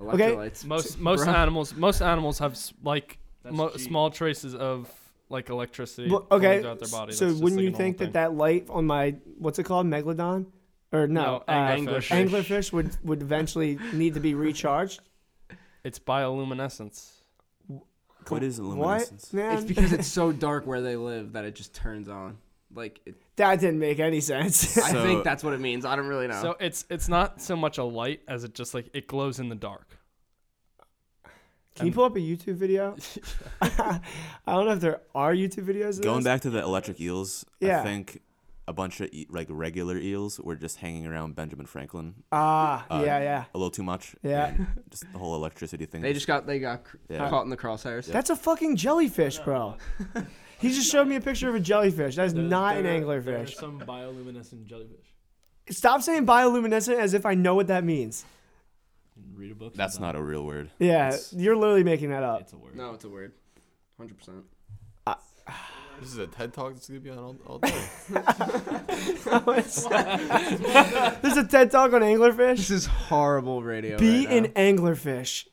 [SPEAKER 2] Okay.
[SPEAKER 6] Electrolytes.
[SPEAKER 4] Most most
[SPEAKER 6] Bro.
[SPEAKER 4] animals most animals have s- like
[SPEAKER 3] That's
[SPEAKER 4] mo-
[SPEAKER 3] cheap.
[SPEAKER 4] small traces of like electricity
[SPEAKER 2] Well,
[SPEAKER 4] going
[SPEAKER 2] okay,
[SPEAKER 4] throughout their body.
[SPEAKER 2] so
[SPEAKER 4] That's just,
[SPEAKER 2] wouldn't
[SPEAKER 4] like, a
[SPEAKER 2] you
[SPEAKER 4] normal
[SPEAKER 2] think that
[SPEAKER 4] thing.
[SPEAKER 2] that light on my what's it called megalodon, or no,
[SPEAKER 4] No,
[SPEAKER 2] uh,
[SPEAKER 4] anglerfish.
[SPEAKER 2] anglerfish would would eventually need to be recharged?
[SPEAKER 4] it's bioluminescence?
[SPEAKER 5] what is
[SPEAKER 2] What
[SPEAKER 5] luminescence?
[SPEAKER 2] man?
[SPEAKER 6] It's because it's so dark where they live that it just turns on. Like, it,
[SPEAKER 2] that didn't make any sense.
[SPEAKER 6] I
[SPEAKER 5] So-
[SPEAKER 6] think that's what it means. I don't really know.
[SPEAKER 4] So it's it's not so much a light as it just like it glows in the dark.
[SPEAKER 2] Can you pull up a YouTube video? I don't know if there are YouTube videos. Of
[SPEAKER 5] Going
[SPEAKER 2] this.
[SPEAKER 5] back to the electric eels,
[SPEAKER 2] Yeah.
[SPEAKER 5] I think a bunch of e- like regular eels were just hanging around Benjamin Franklin
[SPEAKER 2] Ah,
[SPEAKER 5] Uh,
[SPEAKER 2] yeah, yeah.
[SPEAKER 5] a little too much.
[SPEAKER 2] Yeah.
[SPEAKER 5] and just the whole electricity thing.
[SPEAKER 6] they just got they got cr-
[SPEAKER 5] Yeah.
[SPEAKER 6] caught in the crosshairs.
[SPEAKER 2] That's a fucking jellyfish, bro. he just showed me a picture of a jellyfish. That's
[SPEAKER 3] There-
[SPEAKER 2] not an
[SPEAKER 3] there- there are
[SPEAKER 2] anglerfish.
[SPEAKER 3] some bioluminescent jellyfish.
[SPEAKER 2] Stop saying bioluminescent as if I know what that means.
[SPEAKER 3] You can read a book.
[SPEAKER 5] That's
[SPEAKER 3] sometime.
[SPEAKER 5] not a real word.
[SPEAKER 2] Yeah,
[SPEAKER 3] It's-
[SPEAKER 2] you're literally making that up.
[SPEAKER 3] It's a word.
[SPEAKER 6] No, it's a word. 100%.
[SPEAKER 7] This is a TED talk that's gonna be on all, all day.
[SPEAKER 2] There's a TED talk on anglerfish.
[SPEAKER 6] This is horrible radio.
[SPEAKER 2] Be
[SPEAKER 6] right
[SPEAKER 2] an
[SPEAKER 6] now.
[SPEAKER 2] anglerfish.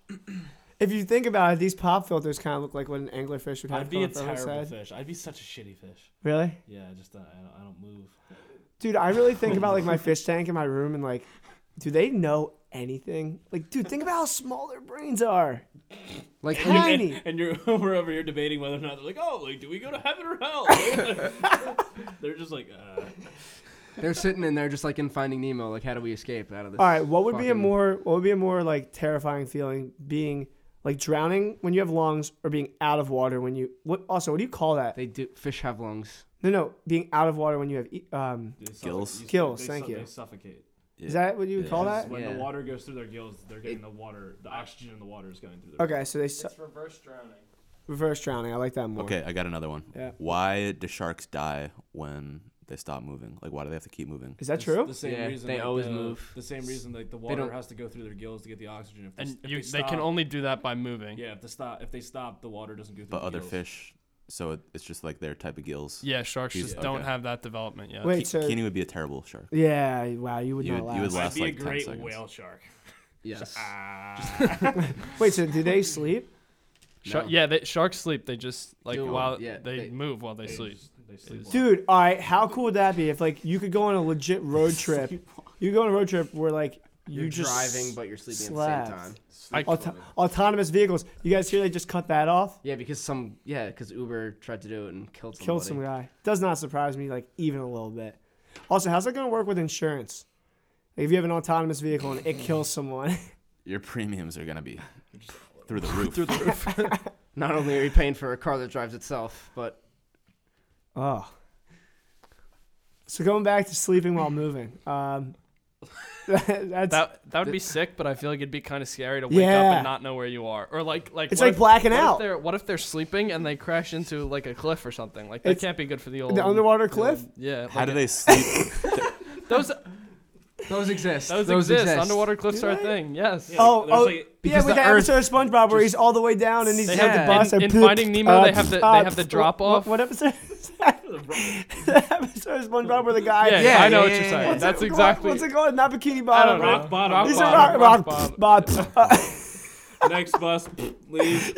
[SPEAKER 2] If you think about it, these pop filters kind of look like what an anglerfish would have.
[SPEAKER 3] I'd be a
[SPEAKER 2] going from his
[SPEAKER 3] terrible
[SPEAKER 2] head.
[SPEAKER 3] fish. I'd be such a shitty fish.
[SPEAKER 2] Really,
[SPEAKER 3] Yeah, I just uh, I, don't, I don't move.
[SPEAKER 2] dude? I really think about like my fish tank in my room and like, do they know anything? Like, dude, think about how small their brains are.
[SPEAKER 6] Like,
[SPEAKER 2] Tiny.
[SPEAKER 3] And you're we're over here debating whether or not they're like, oh, like, do we go to heaven or hell? they're just like, uh,
[SPEAKER 6] They're sitting in there just like in Finding Nemo. Like, how do we escape out of this?
[SPEAKER 2] All right, what would be a
[SPEAKER 6] fucking-
[SPEAKER 2] more what would be a more like terrifying feeling being like drowning when you have lungs or being out of water when you what also what do you call that?
[SPEAKER 6] They do. Fish have lungs.
[SPEAKER 2] No, no, being out of water when you have e- um
[SPEAKER 3] they suffocate.
[SPEAKER 5] Gills.
[SPEAKER 3] You-
[SPEAKER 2] Gills,
[SPEAKER 3] they
[SPEAKER 2] thank you.
[SPEAKER 3] They suffocate.
[SPEAKER 2] is that what you would
[SPEAKER 5] Yeah.
[SPEAKER 2] call
[SPEAKER 3] Because
[SPEAKER 2] that?
[SPEAKER 3] When
[SPEAKER 6] Yeah.
[SPEAKER 3] the water goes through their gills, they're getting the water, the oxygen in the water is going through their
[SPEAKER 2] Okay, so they su-
[SPEAKER 4] reverse drowning.
[SPEAKER 2] reverse drowning. I like that more.
[SPEAKER 5] Okay, I got another one.
[SPEAKER 2] Yeah.
[SPEAKER 5] Why do sharks die when they stop moving? Like, why do they have to keep moving?
[SPEAKER 2] Is that
[SPEAKER 3] It's
[SPEAKER 2] true?
[SPEAKER 3] The same
[SPEAKER 6] Yeah,
[SPEAKER 3] reason
[SPEAKER 6] they
[SPEAKER 3] like,
[SPEAKER 6] always
[SPEAKER 3] the-
[SPEAKER 6] move.
[SPEAKER 3] The same reason like the water
[SPEAKER 6] don't-
[SPEAKER 3] has to go through their gills to get the oxygen. If they,
[SPEAKER 4] And
[SPEAKER 3] if
[SPEAKER 4] you, they,
[SPEAKER 3] stop-
[SPEAKER 4] can only do that by moving. Yeah,
[SPEAKER 3] Yeah, if they stop, if they stop, the water doesn't go through.
[SPEAKER 5] But
[SPEAKER 3] the
[SPEAKER 5] other
[SPEAKER 3] gills.
[SPEAKER 5] fish, so it, it's just like their type of gills.
[SPEAKER 4] sharks
[SPEAKER 5] Jeez,
[SPEAKER 4] just don't
[SPEAKER 5] okay.
[SPEAKER 4] have that development yet.
[SPEAKER 2] Wait,
[SPEAKER 5] Ke-
[SPEAKER 2] so
[SPEAKER 5] Kenny would be a terrible shark.
[SPEAKER 2] yeah, wow, you would
[SPEAKER 5] You
[SPEAKER 2] not
[SPEAKER 5] would-
[SPEAKER 2] laugh.
[SPEAKER 5] you would
[SPEAKER 3] I'd
[SPEAKER 5] laugh. That's
[SPEAKER 3] be
[SPEAKER 5] like
[SPEAKER 3] a
[SPEAKER 5] 10
[SPEAKER 3] great
[SPEAKER 5] seconds.
[SPEAKER 3] whale shark.
[SPEAKER 6] Yes.
[SPEAKER 3] ah,
[SPEAKER 2] Wait, so do they sleep?
[SPEAKER 4] Shar-
[SPEAKER 6] No.
[SPEAKER 4] Yeah, they, sharks sleep. They just like
[SPEAKER 6] Do it.
[SPEAKER 4] while
[SPEAKER 6] Yeah,
[SPEAKER 4] they,
[SPEAKER 6] they-
[SPEAKER 4] move while they sleep.
[SPEAKER 3] They sleep. well.
[SPEAKER 2] Dude, all right, how cool would that be if like you could go on a legit road trip? You go on a road trip where like you
[SPEAKER 6] You're
[SPEAKER 2] just
[SPEAKER 6] driving, but you're sleeping at
[SPEAKER 2] slapped.
[SPEAKER 6] the same time.
[SPEAKER 4] I,
[SPEAKER 2] auto- autonomous vehicles. You guys hear they just cut that off?
[SPEAKER 6] Yeah, because some yeah, because Uber tried to do it and killed somebody.
[SPEAKER 2] killed some guy. Does not surprise me, like even a little bit. Also, how's that going to work with insurance? Like, if you have an autonomous vehicle and it kills someone,
[SPEAKER 5] Your premiums are gonna be through the roof.
[SPEAKER 6] Not only are you paying for a car that drives itself, but
[SPEAKER 2] oh. So going back to sleeping while moving, um, that's
[SPEAKER 4] that that would be sick, but I feel like it'd be kind of scary to wake up
[SPEAKER 2] Yeah.
[SPEAKER 4] and not know where you are, or like like
[SPEAKER 2] it's
[SPEAKER 4] what
[SPEAKER 2] like
[SPEAKER 4] if-
[SPEAKER 2] blacking
[SPEAKER 4] what If
[SPEAKER 2] out.
[SPEAKER 4] they're, what if they're sleeping and they crash into like a cliff or something? Like that
[SPEAKER 2] It's-
[SPEAKER 4] can't be good for the old
[SPEAKER 2] The underwater cliff.
[SPEAKER 4] Yeah.
[SPEAKER 5] How
[SPEAKER 4] like
[SPEAKER 5] do
[SPEAKER 4] it-
[SPEAKER 5] they sleep?
[SPEAKER 4] Those
[SPEAKER 6] Those exist.
[SPEAKER 4] Those, exist. Underwater cliffs are a thing. Yes.
[SPEAKER 3] Yeah,
[SPEAKER 2] Oh,
[SPEAKER 3] there's
[SPEAKER 2] oh,
[SPEAKER 3] like-
[SPEAKER 2] yeah,
[SPEAKER 6] because
[SPEAKER 2] with
[SPEAKER 6] the
[SPEAKER 2] that
[SPEAKER 6] Earth
[SPEAKER 2] episode of SpongeBob where he's all the way down and he's
[SPEAKER 4] They
[SPEAKER 2] at the
[SPEAKER 6] have-
[SPEAKER 2] bus.
[SPEAKER 4] in-
[SPEAKER 2] and
[SPEAKER 4] in
[SPEAKER 2] poop,
[SPEAKER 4] Finding Nemo, they have the- they have the
[SPEAKER 2] pff,
[SPEAKER 4] drop
[SPEAKER 2] what-
[SPEAKER 4] off.
[SPEAKER 2] What, episode? Is that? the episode of SpongeBob where the guy.
[SPEAKER 4] Yeah,
[SPEAKER 6] Yeah,
[SPEAKER 4] I know
[SPEAKER 6] yeah,
[SPEAKER 4] what
[SPEAKER 6] yeah,
[SPEAKER 4] you're
[SPEAKER 6] yeah,
[SPEAKER 4] saying.
[SPEAKER 6] yeah.
[SPEAKER 4] That's
[SPEAKER 2] What-
[SPEAKER 4] exactly.
[SPEAKER 2] What's it called? Not Bikini
[SPEAKER 4] I don't
[SPEAKER 2] Bottom.
[SPEAKER 4] know.
[SPEAKER 2] right?
[SPEAKER 3] Rock bottom.
[SPEAKER 2] These are
[SPEAKER 4] Bottom,
[SPEAKER 2] rock,
[SPEAKER 4] rock
[SPEAKER 2] rock,
[SPEAKER 4] bottom.
[SPEAKER 2] bottom.
[SPEAKER 3] Next bus, leave.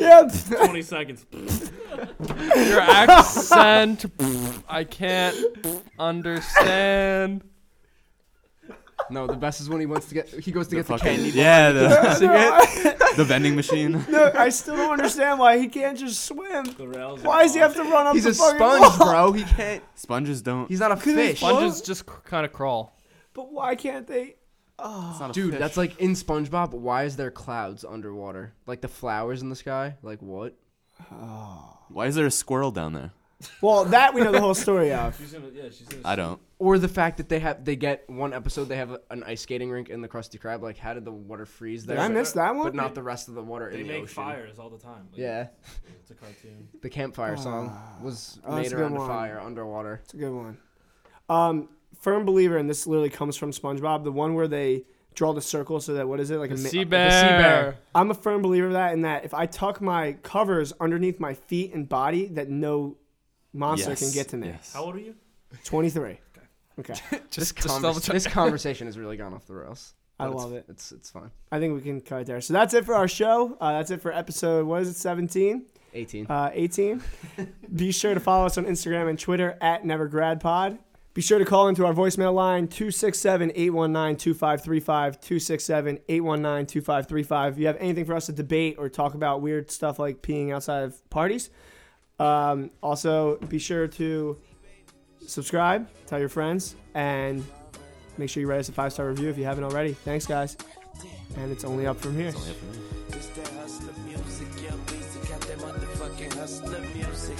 [SPEAKER 2] yeah.
[SPEAKER 3] 20 seconds.
[SPEAKER 4] Your accent. I can't understand.
[SPEAKER 6] No, the best is when he wants to get. He goes to get the
[SPEAKER 5] Fucking-
[SPEAKER 6] candy.
[SPEAKER 5] yeah, the, the vending machine.
[SPEAKER 2] No, I still don't understand why he can't just swim.
[SPEAKER 3] The rails. are
[SPEAKER 2] Why does he
[SPEAKER 3] off.
[SPEAKER 2] have to run up
[SPEAKER 6] He's
[SPEAKER 2] the
[SPEAKER 6] a
[SPEAKER 2] fucking
[SPEAKER 6] sponge,
[SPEAKER 2] wall?
[SPEAKER 6] bro. He can't.
[SPEAKER 5] Sponges don't.
[SPEAKER 6] He's not a
[SPEAKER 2] Could he
[SPEAKER 6] fish.
[SPEAKER 2] fly?
[SPEAKER 4] Sponges just kind of crawl.
[SPEAKER 2] But why can't they?
[SPEAKER 5] it's not a
[SPEAKER 6] Dude,
[SPEAKER 5] fish.
[SPEAKER 6] that's like in SpongeBob. Why is there clouds underwater? Like the flowers in the sky. Like what?
[SPEAKER 5] Why is there a squirrel down there?
[SPEAKER 2] Well, that we know the whole story of.
[SPEAKER 3] She's gonna, yeah, she's gonna
[SPEAKER 5] I don't.
[SPEAKER 6] Or the fact that they have they get one episode they have a, an ice skating rink in the Krusty Krab. Like how did the water freeze there?
[SPEAKER 2] Did I miss that one?
[SPEAKER 6] But not the rest of the water
[SPEAKER 3] They
[SPEAKER 6] in the
[SPEAKER 3] make
[SPEAKER 6] ocean.
[SPEAKER 3] fires all the time. Like,
[SPEAKER 6] Yeah,
[SPEAKER 3] It's a cartoon.
[SPEAKER 6] the campfire song was
[SPEAKER 2] Oh, that's
[SPEAKER 6] made
[SPEAKER 2] a good
[SPEAKER 6] around a
[SPEAKER 2] one.
[SPEAKER 6] fire underwater.
[SPEAKER 2] It's a good one. Um, firm believer, and this literally comes from SpongeBob, the one where they draw the circle so that what is it like a mi-
[SPEAKER 4] Sea
[SPEAKER 6] the sea
[SPEAKER 4] bear.
[SPEAKER 6] bear.
[SPEAKER 2] I'm a firm believer of that in that if I tuck my covers underneath my feet and body, that no monster
[SPEAKER 5] Yes,
[SPEAKER 2] can get to me.
[SPEAKER 5] yes.
[SPEAKER 3] How old are you?
[SPEAKER 2] 23. Okay,
[SPEAKER 4] Just,
[SPEAKER 6] Convers-
[SPEAKER 4] just double check.
[SPEAKER 6] this conversation has really gone off the rails.
[SPEAKER 2] I
[SPEAKER 6] But
[SPEAKER 2] love
[SPEAKER 6] it's,
[SPEAKER 2] it.
[SPEAKER 6] It's it's fine.
[SPEAKER 2] I think we can cut it there. So that's it for our show. Uh, that's it for episode. What is it? 17.
[SPEAKER 6] 18.
[SPEAKER 2] uh, 18. Be sure to follow us on Instagram and Twitter at NeverGradPod. Be sure to call into our voicemail line 267 819 2535. 267 819 2535. If you have anything for us to debate or talk about weird stuff like peeing outside of parties. Um, also, be sure to subscribe, tell your friends, and make sure you write us a five star review if you haven't already. Thanks, guys. And it's only up from here.
[SPEAKER 1] It's that hustler music, yo. Beats got that motherfucking hustler music.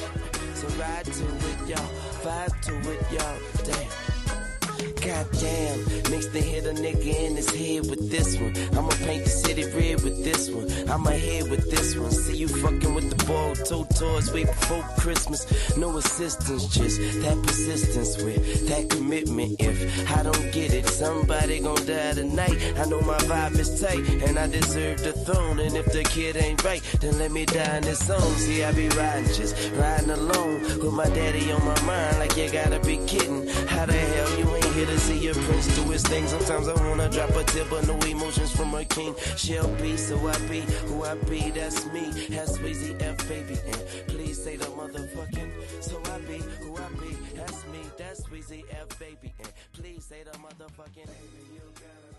[SPEAKER 1] So ride to it, yo. Vibe to it, yo. Damn. Goddamn, mix the hit a nigga in his head with this one. I'ma paint the city red with this one. I'ma head with this one. See you fucking with the ball, two toys way before Christmas. No assistance, just that persistence with that commitment. If I don't get it, somebody gon' die tonight. I know my vibe is tight, and I deserve the throne. And if the kid ain't right, then let me die in this zone. See, I be riding, just riding alone with my daddy on my mind. Like you gotta be kidding. How the hell you ain't here to see your prince do his thing? Sometimes I wanna drop a tip, but no emotions from a king. Shall be, so I be who I be. That's me. That's Weezy F, baby. And please say the motherfucking. So I be who I be. That's me. That's Weezy F, baby. And please say the motherfucking. You gotta